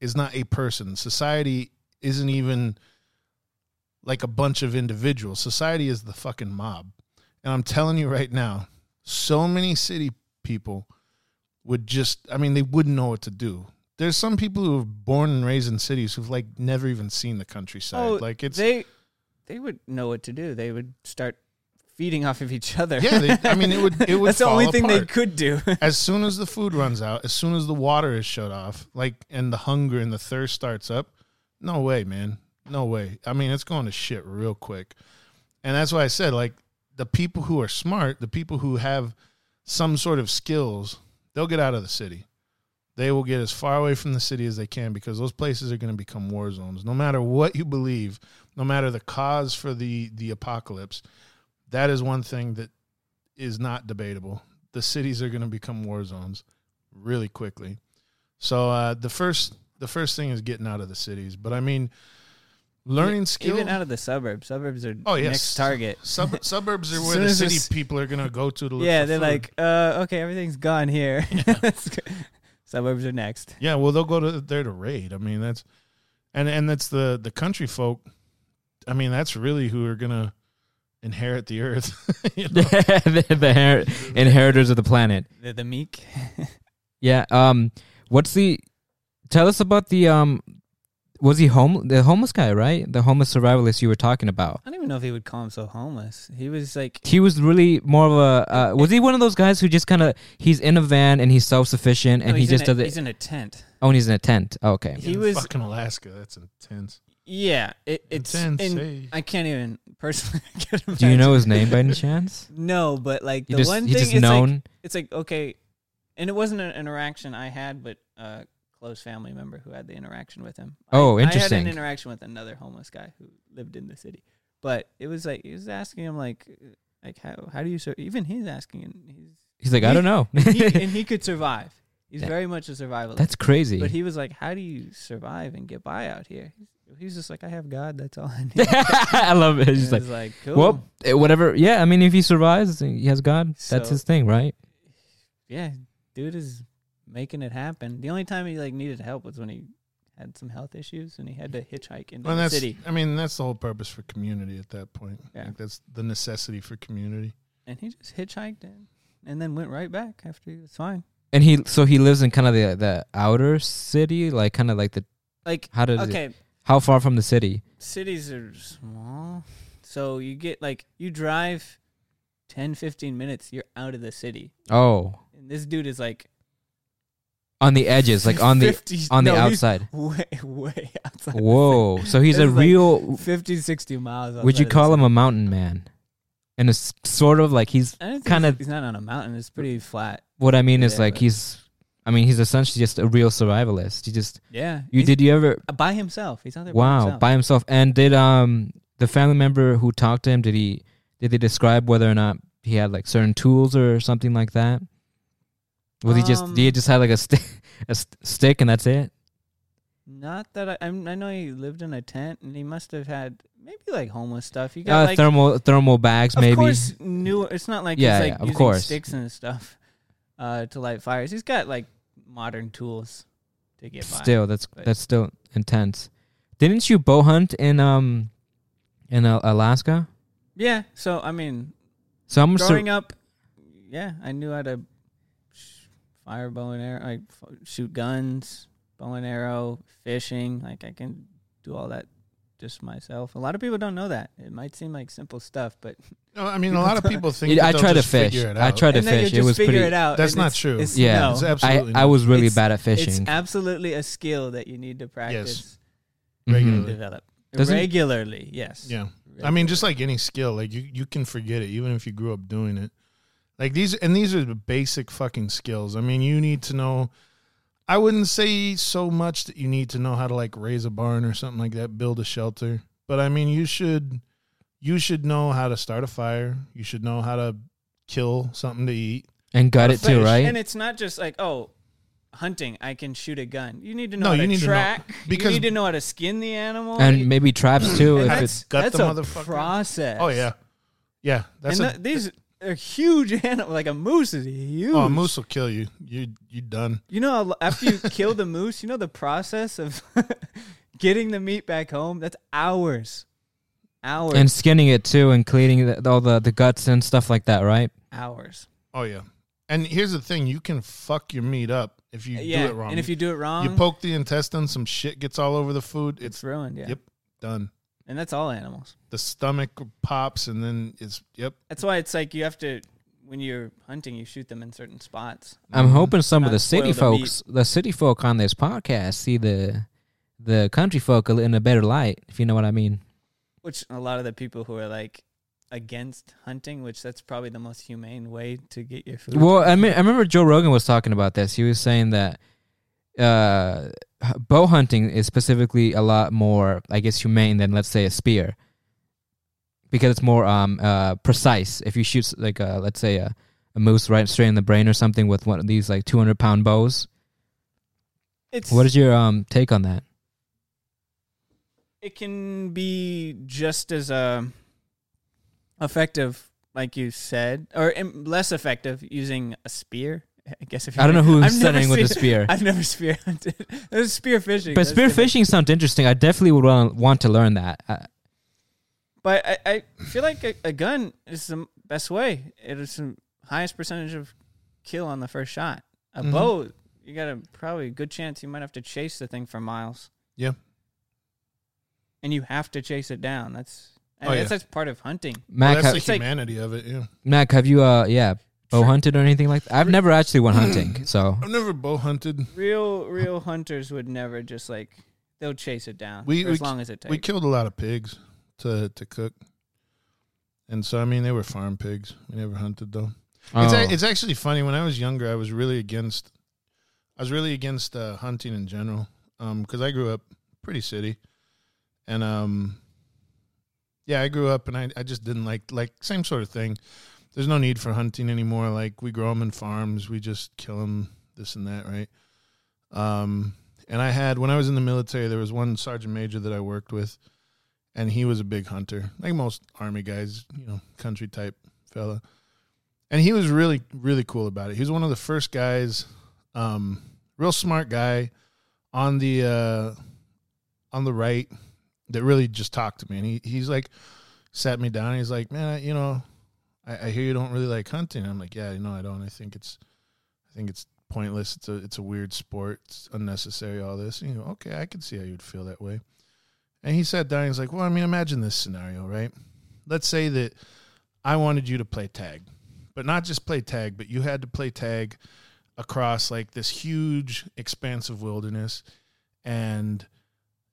[SPEAKER 5] is not a person. Society isn't even like a bunch of individuals. Society is the fucking mob. And I'm telling you right now, so many city people would just I mean, they wouldn't know what to do. There's some people who are born and raised in cities who've like never even seen the countryside.
[SPEAKER 3] now.
[SPEAKER 5] like it's
[SPEAKER 3] Oh, they they would know what to do. They would start feeding off of each other.
[SPEAKER 5] [LAUGHS] Yeah, they- I mean, it
[SPEAKER 3] [LAUGHS]
[SPEAKER 5] would- it would
[SPEAKER 3] That's the only
[SPEAKER 5] fall
[SPEAKER 3] thing they
[SPEAKER 5] apart.
[SPEAKER 3] could do.
[SPEAKER 5] as soon as the food runs out, as soon as the water is shut off, like and the hunger and the thirst starts up, no way, man. No way. I mean, it's going to shit real quick. And that's why I said like the people who are smart, the people who have some sort of skills, they'll get out of the city. They will get as far away from the city as they can because those places are going to become war zones. No matter what you believe, no matter the cause for the the apocalypse, that is one thing that is not debatable. The cities are going to become war zones really quickly. So uh, the first the first thing is getting out of the cities. But I mean, learning skills.
[SPEAKER 3] [LAUGHS] Even out of the suburbs, suburbs are
[SPEAKER 5] Oh, yes.
[SPEAKER 3] next target. [LAUGHS]
[SPEAKER 5] Sub- suburbs are
[SPEAKER 3] As
[SPEAKER 5] where
[SPEAKER 3] soon
[SPEAKER 5] the
[SPEAKER 3] as
[SPEAKER 5] city
[SPEAKER 3] this-
[SPEAKER 5] people are going to go to to look.
[SPEAKER 3] yeah,
[SPEAKER 5] for
[SPEAKER 3] they're
[SPEAKER 5] food.
[SPEAKER 3] like, uh, okay, everything's gone here. [LAUGHS] suburbs are next.
[SPEAKER 5] yeah, well, they'll go to there to raid. I mean, that's and and that's the the country folk. I mean, that's really who are going to inherit the earth. [LAUGHS] you know?
[SPEAKER 4] [LAUGHS] the, the her- inheritors of the planet.
[SPEAKER 3] The, the meek.
[SPEAKER 4] Yeah. Um. What's the? Tell us about the um. Was he home? The homeless guy, right? The homeless survivalist you were talking about.
[SPEAKER 3] I don't even know if he would call himself homeless. He was like,
[SPEAKER 4] He was really more of a. Uh, was he one of those guys who just kind of he's in a van and he's self sufficient and
[SPEAKER 3] no, Oh,
[SPEAKER 4] he
[SPEAKER 3] he's
[SPEAKER 4] just
[SPEAKER 3] in a,
[SPEAKER 4] does
[SPEAKER 3] He's
[SPEAKER 4] it?
[SPEAKER 3] in a tent.
[SPEAKER 4] Oh, and he's in a tent. Oh, okay.
[SPEAKER 3] [LAUGHS] He
[SPEAKER 5] In
[SPEAKER 3] was-
[SPEAKER 5] fucking Alaska. That's intense.
[SPEAKER 3] Yeah, it, it's.
[SPEAKER 5] Intense,
[SPEAKER 3] and
[SPEAKER 5] eh?
[SPEAKER 3] I can't even personally. [LAUGHS] I can't
[SPEAKER 4] Do you
[SPEAKER 3] imagine.
[SPEAKER 4] know his name by
[SPEAKER 3] [LAUGHS]
[SPEAKER 4] any chance?
[SPEAKER 3] No, but like
[SPEAKER 4] You
[SPEAKER 3] the
[SPEAKER 4] just-
[SPEAKER 3] one
[SPEAKER 4] you
[SPEAKER 3] thing
[SPEAKER 4] just
[SPEAKER 3] it's like
[SPEAKER 4] known?
[SPEAKER 3] it's like okay, and it wasn't an interaction I had, but a close family member who had the interaction with him. I-
[SPEAKER 4] Oh,
[SPEAKER 3] I had
[SPEAKER 4] interesting.
[SPEAKER 3] an interaction with another homeless guy who lived in the city, but it was like he was asking him like like how how do you sur- even he's asking and he's
[SPEAKER 4] He's like, I don't know. [LAUGHS]
[SPEAKER 3] and he, and he could survive. He's
[SPEAKER 4] Yeah.
[SPEAKER 3] very much a survivalist.
[SPEAKER 4] That's crazy.
[SPEAKER 3] but he was like, "How do you survive and get by out here?" He's, he's just like, "I have God. That's
[SPEAKER 4] [LAUGHS]
[SPEAKER 3] all I need."
[SPEAKER 4] [LAUGHS] I love it. He's
[SPEAKER 3] He's
[SPEAKER 4] like,
[SPEAKER 3] like, "Cool."
[SPEAKER 4] well, eh, whatever. Yeah, I mean, if he survives, he has God. That's
[SPEAKER 3] So-
[SPEAKER 4] his thing, right?
[SPEAKER 3] yeah, dude is making it happen. The only time he like needed help was when he had some health issues and he had to hitchhike into
[SPEAKER 5] Well,
[SPEAKER 3] the
[SPEAKER 5] that's,
[SPEAKER 3] city.
[SPEAKER 5] I mean, that's the whole purpose for community at that point.
[SPEAKER 3] Yeah.
[SPEAKER 5] Like, that's the necessity for community.
[SPEAKER 3] And he just hitchhiked in and then went right back after he was fine.
[SPEAKER 4] And he, so he lives in kind of the the outer city, like kind of like the
[SPEAKER 3] Like
[SPEAKER 4] how does it,
[SPEAKER 3] okay,
[SPEAKER 4] how far from the city?
[SPEAKER 3] cities are small. So you get like you drive 10 15 minutes, you're out of the city.
[SPEAKER 4] Oh,
[SPEAKER 3] And this dude is like
[SPEAKER 4] on the edges, like
[SPEAKER 3] [LAUGHS]
[SPEAKER 4] on the
[SPEAKER 3] 50
[SPEAKER 4] on the
[SPEAKER 3] no, he's
[SPEAKER 4] outside.
[SPEAKER 3] Way way outside. the
[SPEAKER 4] Whoa! So he's a
[SPEAKER 3] It's like
[SPEAKER 4] real.
[SPEAKER 3] city. 50 60 miles
[SPEAKER 4] Would
[SPEAKER 3] outside
[SPEAKER 4] you
[SPEAKER 3] of the
[SPEAKER 4] call
[SPEAKER 3] city.
[SPEAKER 4] him a mountain man? And it's sort of like he's
[SPEAKER 3] I don't think
[SPEAKER 4] kinda-
[SPEAKER 3] he's- he's not on a mountain. It's pretty flat.
[SPEAKER 4] what I mean is
[SPEAKER 3] Yeah,
[SPEAKER 4] like
[SPEAKER 3] but-
[SPEAKER 4] he's. I mean, he's essentially just a real survivalist. He just
[SPEAKER 3] Yeah.
[SPEAKER 4] you
[SPEAKER 3] he's-
[SPEAKER 4] did you ever
[SPEAKER 3] Uh, by himself. He's out there.
[SPEAKER 4] wow
[SPEAKER 3] by himself.
[SPEAKER 4] by himself and did um the family member who talked to him did he did they describe whether or not he had like certain tools or something like that was he just did he
[SPEAKER 3] Um,
[SPEAKER 4] just had like a, sti- [LAUGHS] a st- stick and that's it
[SPEAKER 3] Not that I, I'm, I know he lived in a tent, and he must have had maybe like homeless stuff. You got
[SPEAKER 4] uh,
[SPEAKER 3] like
[SPEAKER 4] thermal thermal bags
[SPEAKER 3] of
[SPEAKER 4] maybe
[SPEAKER 3] course new. It's not like
[SPEAKER 4] Yeah,
[SPEAKER 3] he's like
[SPEAKER 4] yeah, of
[SPEAKER 3] using
[SPEAKER 4] course.
[SPEAKER 3] sticks and stuff uh, to light fires. He's got like modern tools to get by.
[SPEAKER 4] still that's
[SPEAKER 3] but-
[SPEAKER 4] that's still intense didn't you bow hunt in um in uh, Alaska
[SPEAKER 3] yeah. So I mean,
[SPEAKER 4] so I'm sur-
[SPEAKER 3] growing up, yeah, I knew how to sh- fire bow and arrow, like f- shoot guns, bow and arrow, fishing. Like I can do all that just myself. A lot of people don't know that. It might seem like simple stuff, but
[SPEAKER 5] No, I
[SPEAKER 3] [LAUGHS]
[SPEAKER 5] mean, a lot of people think.
[SPEAKER 4] It-
[SPEAKER 5] that
[SPEAKER 4] I
[SPEAKER 5] they'll
[SPEAKER 4] tried to
[SPEAKER 5] just
[SPEAKER 4] fish
[SPEAKER 5] figure it
[SPEAKER 4] I
[SPEAKER 5] out.
[SPEAKER 4] tried to
[SPEAKER 3] and then you
[SPEAKER 4] fish it
[SPEAKER 3] just
[SPEAKER 4] was
[SPEAKER 3] figure
[SPEAKER 4] pretty
[SPEAKER 3] it out.
[SPEAKER 5] That's
[SPEAKER 3] and
[SPEAKER 5] not
[SPEAKER 3] it's-
[SPEAKER 5] true.
[SPEAKER 3] it's-
[SPEAKER 4] yeah
[SPEAKER 3] no.
[SPEAKER 5] It's absolutely
[SPEAKER 4] I, I
[SPEAKER 5] not.
[SPEAKER 4] was really
[SPEAKER 3] It's-
[SPEAKER 4] bad at
[SPEAKER 3] It's
[SPEAKER 4] fishing
[SPEAKER 3] absolutely a skill that you need to practice
[SPEAKER 5] regularly.
[SPEAKER 4] Mm-hmm.
[SPEAKER 3] and develop
[SPEAKER 4] Doesn't-
[SPEAKER 3] regularly. Yes.
[SPEAKER 5] Hmm. Yeah. I mean, just like any skill, like you, you can forget it even if you grew up doing it. Like these, and these are the basic fucking skills. I mean, you need to know. I wouldn't say so much that you need to know how to like raise a barn or something like that, build a shelter. But I mean, you should, you should know how to start a fire. You should know how to kill something to eat.
[SPEAKER 4] and got it too,
[SPEAKER 3] Fish.
[SPEAKER 4] right?
[SPEAKER 3] And it's not just like oh, hunting. I can shoot a gun. You need to know
[SPEAKER 5] No,
[SPEAKER 3] how
[SPEAKER 5] you
[SPEAKER 3] to
[SPEAKER 5] need to know-
[SPEAKER 3] track.
[SPEAKER 5] because-
[SPEAKER 3] you need to know how to skin the animal.
[SPEAKER 4] and maybe traps too. if
[SPEAKER 5] That's-
[SPEAKER 4] it's
[SPEAKER 5] Gut
[SPEAKER 3] that's
[SPEAKER 5] the
[SPEAKER 3] a
[SPEAKER 5] motherfucker.
[SPEAKER 3] process.
[SPEAKER 5] Oh yeah, yeah. That's
[SPEAKER 3] and
[SPEAKER 5] a,
[SPEAKER 3] th- these are huge [LAUGHS] animals. Like a moose is huge.
[SPEAKER 5] oh, a moose will kill you. You you done.
[SPEAKER 3] You know, how- after you kill the moose, you know the process of [LAUGHS] getting the meat back home. That's hours, hours,
[SPEAKER 4] and skinning it too, and cleaning the, all the the guts and stuff like that, right?
[SPEAKER 3] hours.
[SPEAKER 5] Oh yeah. And here's the thing: you can fuck your meat up if you
[SPEAKER 3] yeah,
[SPEAKER 5] do it wrong.
[SPEAKER 3] and if you do it wrong,
[SPEAKER 5] you poke the intestine, some shit gets all over the food.
[SPEAKER 3] it's
[SPEAKER 5] It's
[SPEAKER 3] ruined. Yeah,
[SPEAKER 5] yep done.
[SPEAKER 3] and that's all animals.
[SPEAKER 5] The stomach pops, and then it's yep.
[SPEAKER 3] That's why it's like you have to when you're hunting, you shoot them in certain spots.
[SPEAKER 4] I'm hoping some
[SPEAKER 3] Not
[SPEAKER 4] of the city
[SPEAKER 3] spoil Mm-hmm. the meat.
[SPEAKER 4] folks, the city folk on this podcast, see the the country folk in a better light, if you know what I mean.
[SPEAKER 3] Which a lot of the people who are like against hunting, which that's probably the most humane way to get your food.
[SPEAKER 4] Well, I mean, I remember Joe Rogan was talking about this. He was saying that uh, h- bow hunting is specifically a lot more, I guess, humane than let's say a spear, because it's more um uh precise. If you shoot like uh let's say a, a moose right straight in the brain or something with one of these like 200 pound bows.
[SPEAKER 3] It's
[SPEAKER 4] What is your um take on that?
[SPEAKER 3] it can be just as um effective, like you said, or um, less effective using a spear. I guess if you
[SPEAKER 4] I don't know who's
[SPEAKER 3] I've never
[SPEAKER 4] studying with a
[SPEAKER 3] seen- [LAUGHS]
[SPEAKER 4] spear.
[SPEAKER 3] I've never spear hunted. There's spear fishing,
[SPEAKER 4] But
[SPEAKER 3] that's
[SPEAKER 4] spear
[SPEAKER 3] different.
[SPEAKER 4] fishing sounds interesting. I definitely would wa- want to learn that. Uh,
[SPEAKER 3] But I, I feel like a, a gun is the best way. It is the highest percentage of kill on the first shot. A
[SPEAKER 5] Mhm.
[SPEAKER 3] bow, you got a probably good chance you might have to chase the thing for miles.
[SPEAKER 5] Yeah.
[SPEAKER 3] And you have to chase it down. That's and
[SPEAKER 5] Oh,
[SPEAKER 3] that's,
[SPEAKER 5] yeah.
[SPEAKER 3] that's part of hunting.
[SPEAKER 5] Well,
[SPEAKER 4] Mac,
[SPEAKER 5] that's the
[SPEAKER 4] ha-
[SPEAKER 3] It's like-
[SPEAKER 5] humanity of it. Yeah,
[SPEAKER 4] Mac, have you uh yeah bow
[SPEAKER 3] Sure.
[SPEAKER 4] hunted or anything like that? I've never actually went
[SPEAKER 5] [CLEARS THROAT]
[SPEAKER 4] hunting, so
[SPEAKER 5] I've never bow hunted.
[SPEAKER 3] Real real hunters would never just like they'll chase it down
[SPEAKER 5] We-
[SPEAKER 3] for
[SPEAKER 5] we
[SPEAKER 3] as
[SPEAKER 5] c-
[SPEAKER 3] long as it takes.
[SPEAKER 5] We killed a lot of pigs to to cook, and so I mean they were farm pigs. We never hunted though. It's
[SPEAKER 4] Oh.
[SPEAKER 5] a, it's actually funny. When I was younger, I was really against. I was really against uh, hunting in general, because I grew up pretty city, and um, yeah, I grew up and I, I just didn't like like same sort of thing. There's no need for hunting anymore. Like we grow them in farms, we just kill them, this and that, right? Um, and I had when I was in the military, there was one sergeant major that I worked with, and he was a big hunter, like most army guys, you know, country type fella and he was really really cool about it. He was one of the first guys, um, real smart guy, on the uh, on the right that really just talked to me. And he he's like sat me down. And he's like, man, I, you know, I, I hear you don't really like hunting. I'm like, yeah, you know, I don't. I think it's I think it's pointless. It's a it's a weird sport. It's unnecessary. All this. And you go, okay, I can see how you'd feel that way. And he sat down. And he's like, well, I mean, imagine this scenario, right? Let's say that I wanted you to play tag but not just play tag, but you had to play tag across like this huge expanse of wilderness, and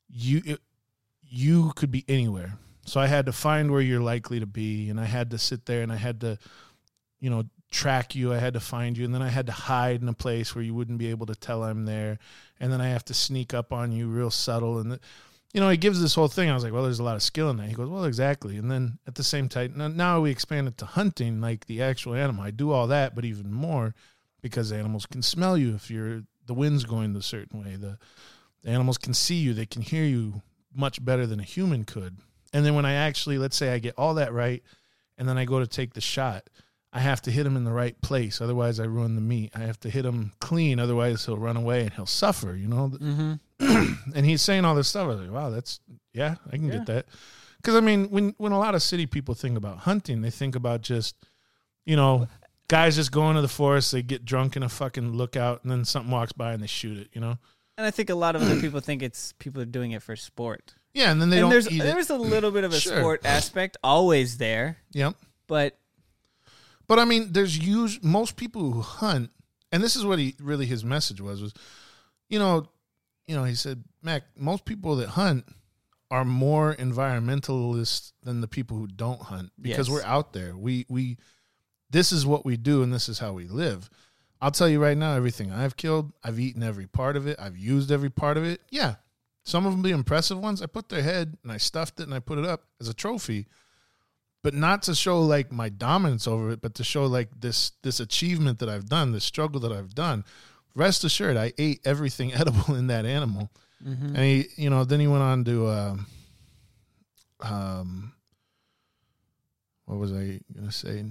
[SPEAKER 5] you it, you could be anywhere. So I had to find where you're likely to be, and I had to sit there, and I had to, you know, track you. I had to find you, and then I had to hide in a place where you wouldn't be able to tell I'm there, and then I have to sneak up on you real subtle and. you know, he gives this whole thing. I was like, well, there's a lot of skill in that. He goes, well, exactly. And then at the same time, now, now we expand it to hunting, like the actual animal. I do all that, but even more because animals can smell you if you're the wind's going the certain way. The, the animals can see you, they can hear you much better than a human could. And then when I actually, let's say I get all that right, and then I go to take the shot, I have to hit him in the right place. Otherwise, I ruin the meat. I have to hit him clean. Otherwise, he'll run away and he'll suffer, you know?
[SPEAKER 3] Mhm.
[SPEAKER 5] and he's saying all this stuff. I was like, wow, that's yeah, I can
[SPEAKER 3] Yeah.
[SPEAKER 5] get that. Because I mean, when when a lot of city people think about hunting, they think about just you know guys just going to the forest, they get drunk in a fucking lookout, and then something walks by and they shoot it. You know,
[SPEAKER 3] And I think a lot of
[SPEAKER 5] [CLEARS THROAT]
[SPEAKER 3] other people think it's people are doing it for sport.
[SPEAKER 5] yeah, and then they
[SPEAKER 3] and
[SPEAKER 5] don't
[SPEAKER 3] there's
[SPEAKER 5] eat it.
[SPEAKER 3] there's a little bit of a
[SPEAKER 5] Sure.
[SPEAKER 3] sport aspect always there,
[SPEAKER 5] Yep.
[SPEAKER 3] but
[SPEAKER 5] But I mean, there's use most people who hunt, and this is what he really his message was was, you know, you know, he said, Mac, most people that hunt are more environmentalists than the people who don't hunt because
[SPEAKER 3] Yes.
[SPEAKER 5] we're out there. We we this is what we do and this is how we live. I'll tell you right now, everything I've killed, I've eaten every part of it, I've used every part of it. Yeah. Some of them the impressive ones, I put their head and I stuffed it and I put it up as a trophy. But not to show like my dominance over it, but to show like this this achievement that I've done, this struggle that I've done. Rest assured, I ate everything [LAUGHS] edible in that animal. And he, you know, then he went on to, um, um, what was I gonna say?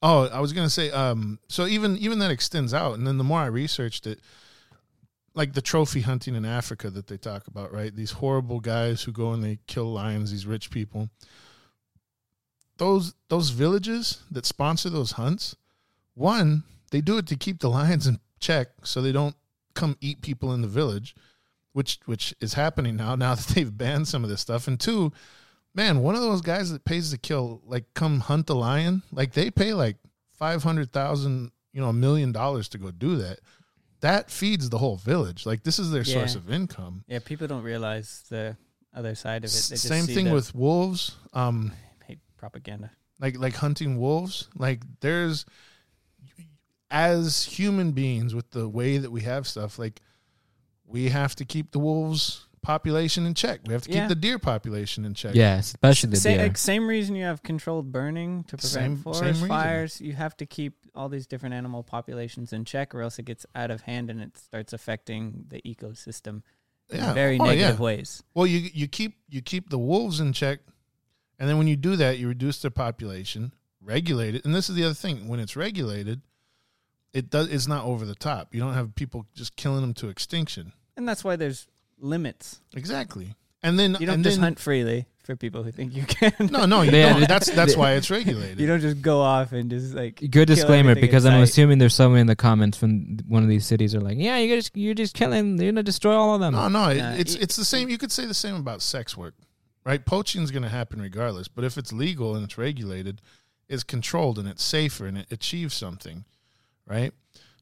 [SPEAKER 5] Oh, I was gonna say, um, so even even that extends out, and then the more I researched it, like the trophy hunting in Africa that they talk about, right? These horrible guys who go and they kill lions, these rich people. Those those villages that sponsor those hunts, one, they do it to keep the lions in check so they don't come eat people in the village, which which is happening now now [LAUGHS] that they've banned some of this stuff. And two, man, one of those guys that pays to kill, like come hunt the lion, like they pay like five hundred thousand, you know, a million dollars to go do that. That feeds the whole village. Like this is their
[SPEAKER 3] Yeah.
[SPEAKER 5] source of income.
[SPEAKER 3] Yeah, people don't realize the other side of it. They just
[SPEAKER 5] Same
[SPEAKER 3] see
[SPEAKER 5] thing
[SPEAKER 3] the
[SPEAKER 5] with wolves. Um,
[SPEAKER 3] hate propaganda.
[SPEAKER 5] like like hunting wolves. Like there's as human beings with the way that we have stuff, like we have to keep the wolves population in check. We have to keep
[SPEAKER 3] Yeah.
[SPEAKER 5] the deer population in check.
[SPEAKER 4] Yeah, especially the
[SPEAKER 3] Same,
[SPEAKER 4] deer.
[SPEAKER 3] like, same reason you have controlled burning to prevent
[SPEAKER 5] Same- same
[SPEAKER 3] forest
[SPEAKER 5] reason.
[SPEAKER 3] fires. You have to keep all these different animal populations in check, or else it gets out of hand and it starts affecting the ecosystem
[SPEAKER 5] Yeah.
[SPEAKER 3] in very
[SPEAKER 5] Oh,
[SPEAKER 3] negative
[SPEAKER 5] yeah.
[SPEAKER 3] ways.
[SPEAKER 5] Well, you you keep you keep the wolves in check, and then when you do that, you reduce their population, regulate it. And this is the other thing: when it's regulated, it does it's not over the top. You don't have people just killing them to extinction.
[SPEAKER 3] And that's why there's limits.
[SPEAKER 5] Exactly. And then
[SPEAKER 3] You don't
[SPEAKER 5] and
[SPEAKER 3] just
[SPEAKER 5] then,
[SPEAKER 3] hunt freely for people who think you can.
[SPEAKER 5] No, no, you
[SPEAKER 4] Yeah,
[SPEAKER 5] don't.
[SPEAKER 4] it-
[SPEAKER 5] That's that's why it's
[SPEAKER 3] [LAUGHS]
[SPEAKER 4] [LAUGHS]
[SPEAKER 3] you
[SPEAKER 5] regulated.
[SPEAKER 3] don't just go off and just like kill
[SPEAKER 4] Good disclaimer,
[SPEAKER 3] everything in
[SPEAKER 4] because I'm
[SPEAKER 3] sight.
[SPEAKER 4] assuming there's someone in the comments from one of these cities are like, yeah, you're just you're just killing, you're gonna destroy all of them.
[SPEAKER 5] No, no, it,
[SPEAKER 3] Nah,
[SPEAKER 5] it's
[SPEAKER 3] it-
[SPEAKER 5] it's the same. You could say the same about sex work, right? Poaching's going to happen regardless, but if it's legal and it's regulated, it's controlled and it's safer and it achieves something, right?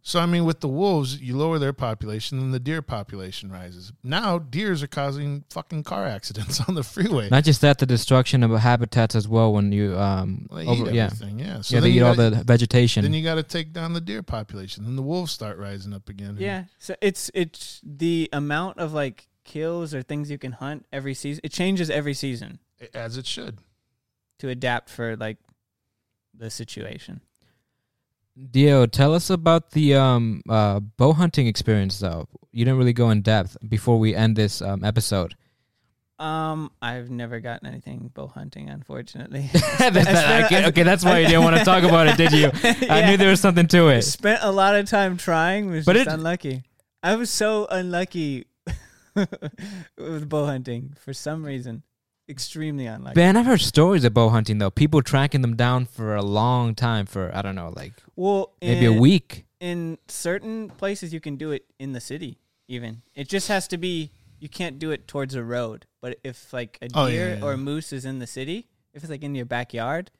[SPEAKER 5] So I mean, with the wolves, you lower their population, and the deer population rises. Now, deers are causing fucking car accidents [LAUGHS] on the freeway.
[SPEAKER 4] Not just that, the destruction of habitats as well when you um
[SPEAKER 5] They eat
[SPEAKER 4] over, yeah
[SPEAKER 5] everything, yeah. So
[SPEAKER 4] yeah they
[SPEAKER 5] then
[SPEAKER 4] eat
[SPEAKER 5] you
[SPEAKER 4] all
[SPEAKER 5] got-
[SPEAKER 4] the vegetation.
[SPEAKER 5] Then you got to take down the deer population. Then the wolves start rising up again. and-
[SPEAKER 3] Yeah. So it's it's the amount of like kills or things you can hunt every season. It changes every season
[SPEAKER 5] as it should.
[SPEAKER 3] to adapt for like the situation.
[SPEAKER 4] Dio, tell us about the um uh bow hunting experience though. You didn't really go in depth before we end this um episode. [LAUGHS]
[SPEAKER 3] Um, I've never gotten anything bow hunting, unfortunately.
[SPEAKER 4] [LAUGHS] That's that- okay, okay, that's why you didn't want to talk about it, did
[SPEAKER 5] [LAUGHS]
[SPEAKER 3] [LAUGHS]
[SPEAKER 4] you? I
[SPEAKER 3] Yeah.
[SPEAKER 4] knew there was something to it.
[SPEAKER 3] Spent a lot of time trying, was
[SPEAKER 4] But
[SPEAKER 3] just
[SPEAKER 4] it-
[SPEAKER 3] unlucky. I was so unlucky [LAUGHS] with bow hunting for some reason. Extremely unlucky.
[SPEAKER 4] Man, I've heard stories of bow hunting though. People tracking them down for a long time for I don't know, like
[SPEAKER 3] well,
[SPEAKER 4] maybe a
[SPEAKER 3] and-
[SPEAKER 4] week.
[SPEAKER 3] in certain places you can do it in the city even it just has to be you can't do it towards a road but if like a deer
[SPEAKER 5] Oh, yeah, yeah,
[SPEAKER 3] or
[SPEAKER 5] yeah.
[SPEAKER 3] a moose is in the city if it's like in your backyard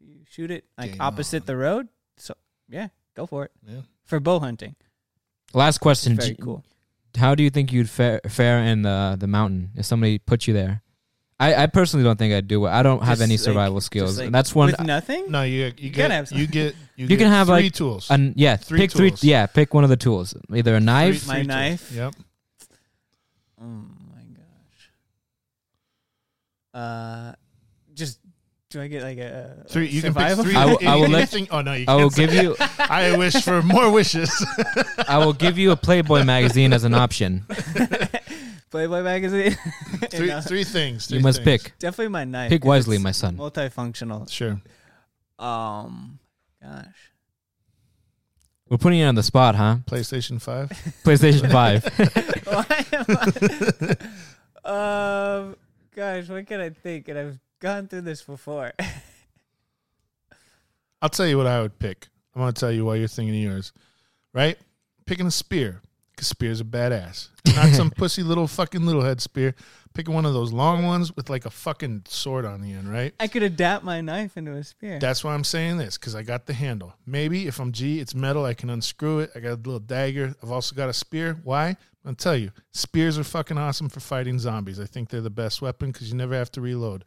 [SPEAKER 3] if you shoot it like
[SPEAKER 5] Game
[SPEAKER 3] opposite
[SPEAKER 5] on.
[SPEAKER 3] the road so yeah go for it
[SPEAKER 5] Yeah.
[SPEAKER 3] for bow hunting
[SPEAKER 4] Last question:
[SPEAKER 3] very
[SPEAKER 4] G-
[SPEAKER 3] cool
[SPEAKER 4] How do you think you'd fare, fare in the the mountain if somebody put you there? I, I personally don't think I'd do it. I don't have
[SPEAKER 3] Just,
[SPEAKER 4] any
[SPEAKER 3] like-
[SPEAKER 4] survival
[SPEAKER 3] just,
[SPEAKER 4] skills,
[SPEAKER 3] like,
[SPEAKER 4] and that's one.
[SPEAKER 3] with nothing
[SPEAKER 5] No, you
[SPEAKER 3] gotta
[SPEAKER 5] you, get
[SPEAKER 3] have some-
[SPEAKER 5] you get you,
[SPEAKER 4] You
[SPEAKER 5] get
[SPEAKER 4] can have,
[SPEAKER 5] three
[SPEAKER 4] like,
[SPEAKER 5] tools.
[SPEAKER 4] and yeah,
[SPEAKER 5] Three
[SPEAKER 4] pick
[SPEAKER 5] tools.
[SPEAKER 4] three. Yeah, pick one of the tools, either a knife.
[SPEAKER 5] Three-
[SPEAKER 3] My
[SPEAKER 5] three tools.
[SPEAKER 3] knife.
[SPEAKER 5] Yep.
[SPEAKER 3] oh my gosh uh just do i get like a
[SPEAKER 5] Three. You
[SPEAKER 3] survival?
[SPEAKER 5] can pick three.
[SPEAKER 4] I will- I will let-
[SPEAKER 5] anything- Oh no, you
[SPEAKER 4] I will
[SPEAKER 5] can't say-
[SPEAKER 4] give you.
[SPEAKER 5] [LAUGHS] I wish for more wishes.
[SPEAKER 4] [LAUGHS] I will give you a Playboy
[SPEAKER 5] [LAUGHS]
[SPEAKER 4] magazine as an
[SPEAKER 3] [LAUGHS]
[SPEAKER 4] option.
[SPEAKER 3] playboy magazine [LAUGHS]
[SPEAKER 5] three,
[SPEAKER 3] No,
[SPEAKER 5] three things.
[SPEAKER 4] You
[SPEAKER 5] three
[SPEAKER 4] must
[SPEAKER 5] things.
[SPEAKER 4] pick.
[SPEAKER 3] definitely my knife
[SPEAKER 4] Pick
[SPEAKER 3] 'cause
[SPEAKER 4] wisely,
[SPEAKER 3] it's
[SPEAKER 4] my son.
[SPEAKER 3] multifunctional
[SPEAKER 5] Sure.
[SPEAKER 3] Um,
[SPEAKER 5] [LAUGHS]
[SPEAKER 3] gosh, [LAUGHS]
[SPEAKER 4] We're putting you on the spot, huh? [LAUGHS]
[SPEAKER 5] PlayStation Five.
[SPEAKER 3] [LAUGHS]
[SPEAKER 4] PlayStation Five.
[SPEAKER 3] why am I? um, gosh, what can I think? And I've gone through this before. [LAUGHS]
[SPEAKER 5] I'll tell you what I would pick. I'm gonna tell you why you're thinking of yours. Right? Picking a spear. Cause Spear's a badass. Not
[SPEAKER 4] [LAUGHS]
[SPEAKER 5] some pussy little fucking little head spear. Pick one of those long ones with like a fucking sword on the end, right?
[SPEAKER 3] I could adapt my knife into a spear.
[SPEAKER 5] That's why I'm saying this because I got the handle. Maybe if I'm G, it's metal. I can unscrew it. I got a little dagger. I've also got a spear. Why? I'll tell you. Spears are fucking awesome for fighting zombies. I think they're the best weapon because you never have to reload.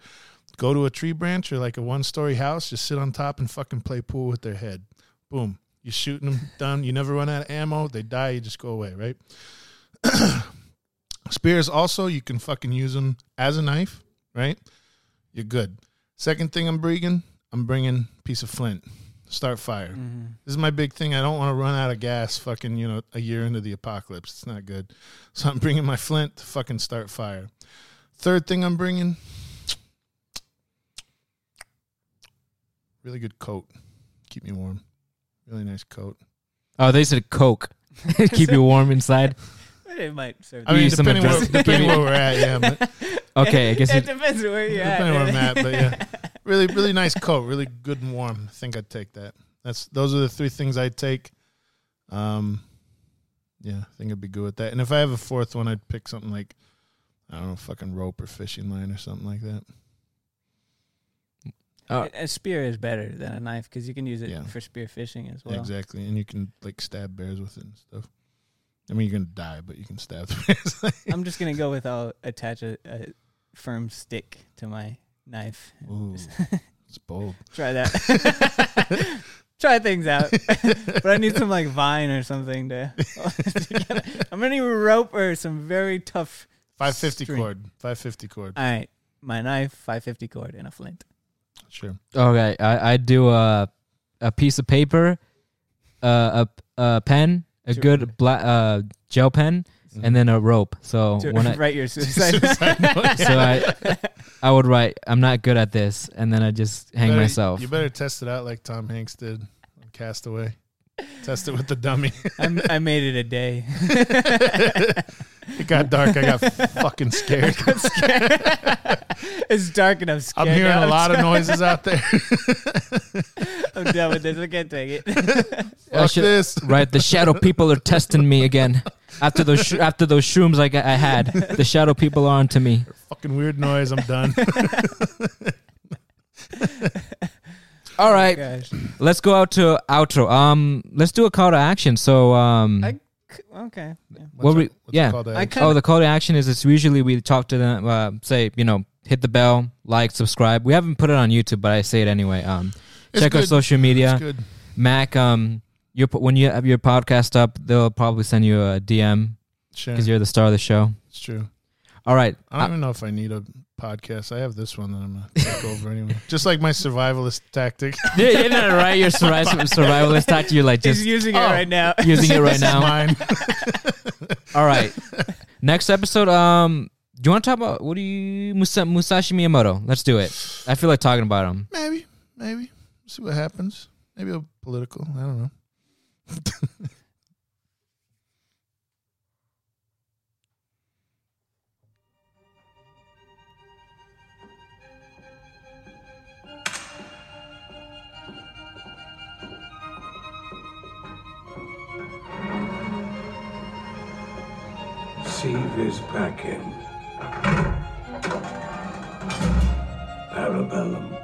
[SPEAKER 5] Go to a tree branch or like a one story house. Just sit on top and fucking play pool with their head. Boom. You're shooting them. [LAUGHS] done. You never run out of ammo. They die. You just go away. Right. [CLEARS THROAT] Spears also you can fucking use them as a knife. Right. You're good. Second thing I'm bringing, I'm bringing piece of flint start fire.
[SPEAKER 3] Mm.
[SPEAKER 5] Mm-hmm. This is my big thing. I don't want to run out of gas fucking, you know, a year into the apocalypse. It's not good. [LAUGHS] So I'm bringing my flint to fucking start fire. Third thing I'm bringing really good coat. Keep me warm. Really nice coat.
[SPEAKER 4] Oh, they said Coke. [LAUGHS] Keep you warm inside.
[SPEAKER 3] It might serve.
[SPEAKER 5] I
[SPEAKER 4] You
[SPEAKER 5] mean,
[SPEAKER 4] need some
[SPEAKER 5] depending where,
[SPEAKER 4] adjust-
[SPEAKER 5] depending where we're
[SPEAKER 3] [LAUGHS]
[SPEAKER 5] at, yeah. But
[SPEAKER 4] Okay, I guess
[SPEAKER 3] it
[SPEAKER 4] it,
[SPEAKER 3] depends where you're
[SPEAKER 5] depending where I'm
[SPEAKER 3] at.
[SPEAKER 5] at, but yeah.
[SPEAKER 3] [LAUGHS]
[SPEAKER 5] Really, really nice coat. Really good and warm. I think I'd take that. That's those are the three things I'd take. Um, yeah, I think I'd be good with that. And if I have a fourth one, I'd pick something like I don't know, fucking rope or fishing line or something like that.
[SPEAKER 4] uh,
[SPEAKER 3] A spear is better than a knife because you can use it
[SPEAKER 5] Yeah.
[SPEAKER 3] for spear fishing as well.
[SPEAKER 5] Exactly, and you can like stab bears with it and stuff. I mean, you're gonna die, but you can stab [LAUGHS] the bears.
[SPEAKER 3] I'm just gonna go with I'll attach a, a firm stick to my knife.
[SPEAKER 5] Ooh, it's bold.
[SPEAKER 3] Try that. [LAUGHS] Try things out. [LAUGHS] but I need some like vine or something to. [LAUGHS] I'm gonna need rope or some very tough.
[SPEAKER 5] Five fifty
[SPEAKER 3] String.
[SPEAKER 5] cord. Five fifty cord.
[SPEAKER 3] All right, my knife, 550 cord, and a flint.
[SPEAKER 5] Sure.
[SPEAKER 4] okay, I I do a a piece of paper, uh, a a pen, a
[SPEAKER 3] To-
[SPEAKER 4] good black uh gel pen,
[SPEAKER 5] Mm-hmm.
[SPEAKER 4] and then a rope.
[SPEAKER 5] Oh,
[SPEAKER 4] So
[SPEAKER 3] To [LAUGHS]
[SPEAKER 4] when I
[SPEAKER 3] write your suicide.
[SPEAKER 5] [LAUGHS]
[SPEAKER 3] [LAUGHS]
[SPEAKER 4] so I I would write I'm not good at this, and then I just hang
[SPEAKER 5] Better-
[SPEAKER 4] myself.
[SPEAKER 5] You better test it out like Tom Hanks did on Castaway. test it with the dummy.
[SPEAKER 3] I'm- I made it a day.
[SPEAKER 5] it [LAUGHS] got dark. I
[SPEAKER 4] [LAUGHS]
[SPEAKER 5] got
[SPEAKER 3] [LAUGHS]
[SPEAKER 5] fucking scared.
[SPEAKER 3] It's dark and I'm scared.
[SPEAKER 5] [LAUGHS] I'm hearing
[SPEAKER 3] now.
[SPEAKER 5] a
[SPEAKER 4] [LAUGHS]
[SPEAKER 5] lot of noises out there.
[SPEAKER 3] [LAUGHS]
[SPEAKER 5] [LAUGHS]
[SPEAKER 3] I'm done with this. I can't take
[SPEAKER 5] [LAUGHS]
[SPEAKER 3] it.
[SPEAKER 4] I
[SPEAKER 5] Fuck
[SPEAKER 4] should-
[SPEAKER 5] this.
[SPEAKER 4] Right, the shadow people are testing me again. After those sh- after those shrooms I, g- I had, the shadow people are onto
[SPEAKER 5] [LAUGHS]
[SPEAKER 4] me.
[SPEAKER 5] Fucking weird noise. I'm
[SPEAKER 4] [LAUGHS]
[SPEAKER 5] done.
[SPEAKER 4] All right,
[SPEAKER 3] Gosh.
[SPEAKER 4] let's go out to outro. Um, let's do a call to action. So um,
[SPEAKER 3] I- C- Okay. Yeah.
[SPEAKER 4] What we-
[SPEAKER 5] it- it
[SPEAKER 4] yeah.
[SPEAKER 5] called?
[SPEAKER 3] I kind
[SPEAKER 4] oh, the call to action is it's usually we talk to them, uh, say you know, hit the bell, like, subscribe. We haven't put it on YouTube, but I say it anyway. Um,
[SPEAKER 5] It's
[SPEAKER 4] check our
[SPEAKER 5] good.
[SPEAKER 4] social media.
[SPEAKER 5] It's good.
[SPEAKER 4] Mac, um, your po- when you have your podcast up, they'll probably send you a DM
[SPEAKER 5] Sure.
[SPEAKER 4] because you're the star of the show.
[SPEAKER 5] It's true.
[SPEAKER 4] All right,
[SPEAKER 5] [LAUGHS] I don't even know if I need a podcast. I have this one that I'm gonna take [LAUGHS] over anyway. Just like my survivalist tactic.
[SPEAKER 4] Yeah, you're not right. You're [LAUGHS] survival, survivalist tactic. You're like
[SPEAKER 5] [LAUGHS]
[SPEAKER 4] just
[SPEAKER 3] He's using it
[SPEAKER 5] Oh.
[SPEAKER 3] right now.
[SPEAKER 4] using it right
[SPEAKER 5] [LAUGHS] This is
[SPEAKER 4] now. [LAUGHS]
[SPEAKER 5] mine.
[SPEAKER 4] All right. Next episode. Um, do you want to talk about what do you Musa, Musashi Miyamoto? Let's do it. I feel like talking about him.
[SPEAKER 5] Maybe, maybe. See what happens. Maybe a political. I don't know.
[SPEAKER 6] See this packet. Parabellum.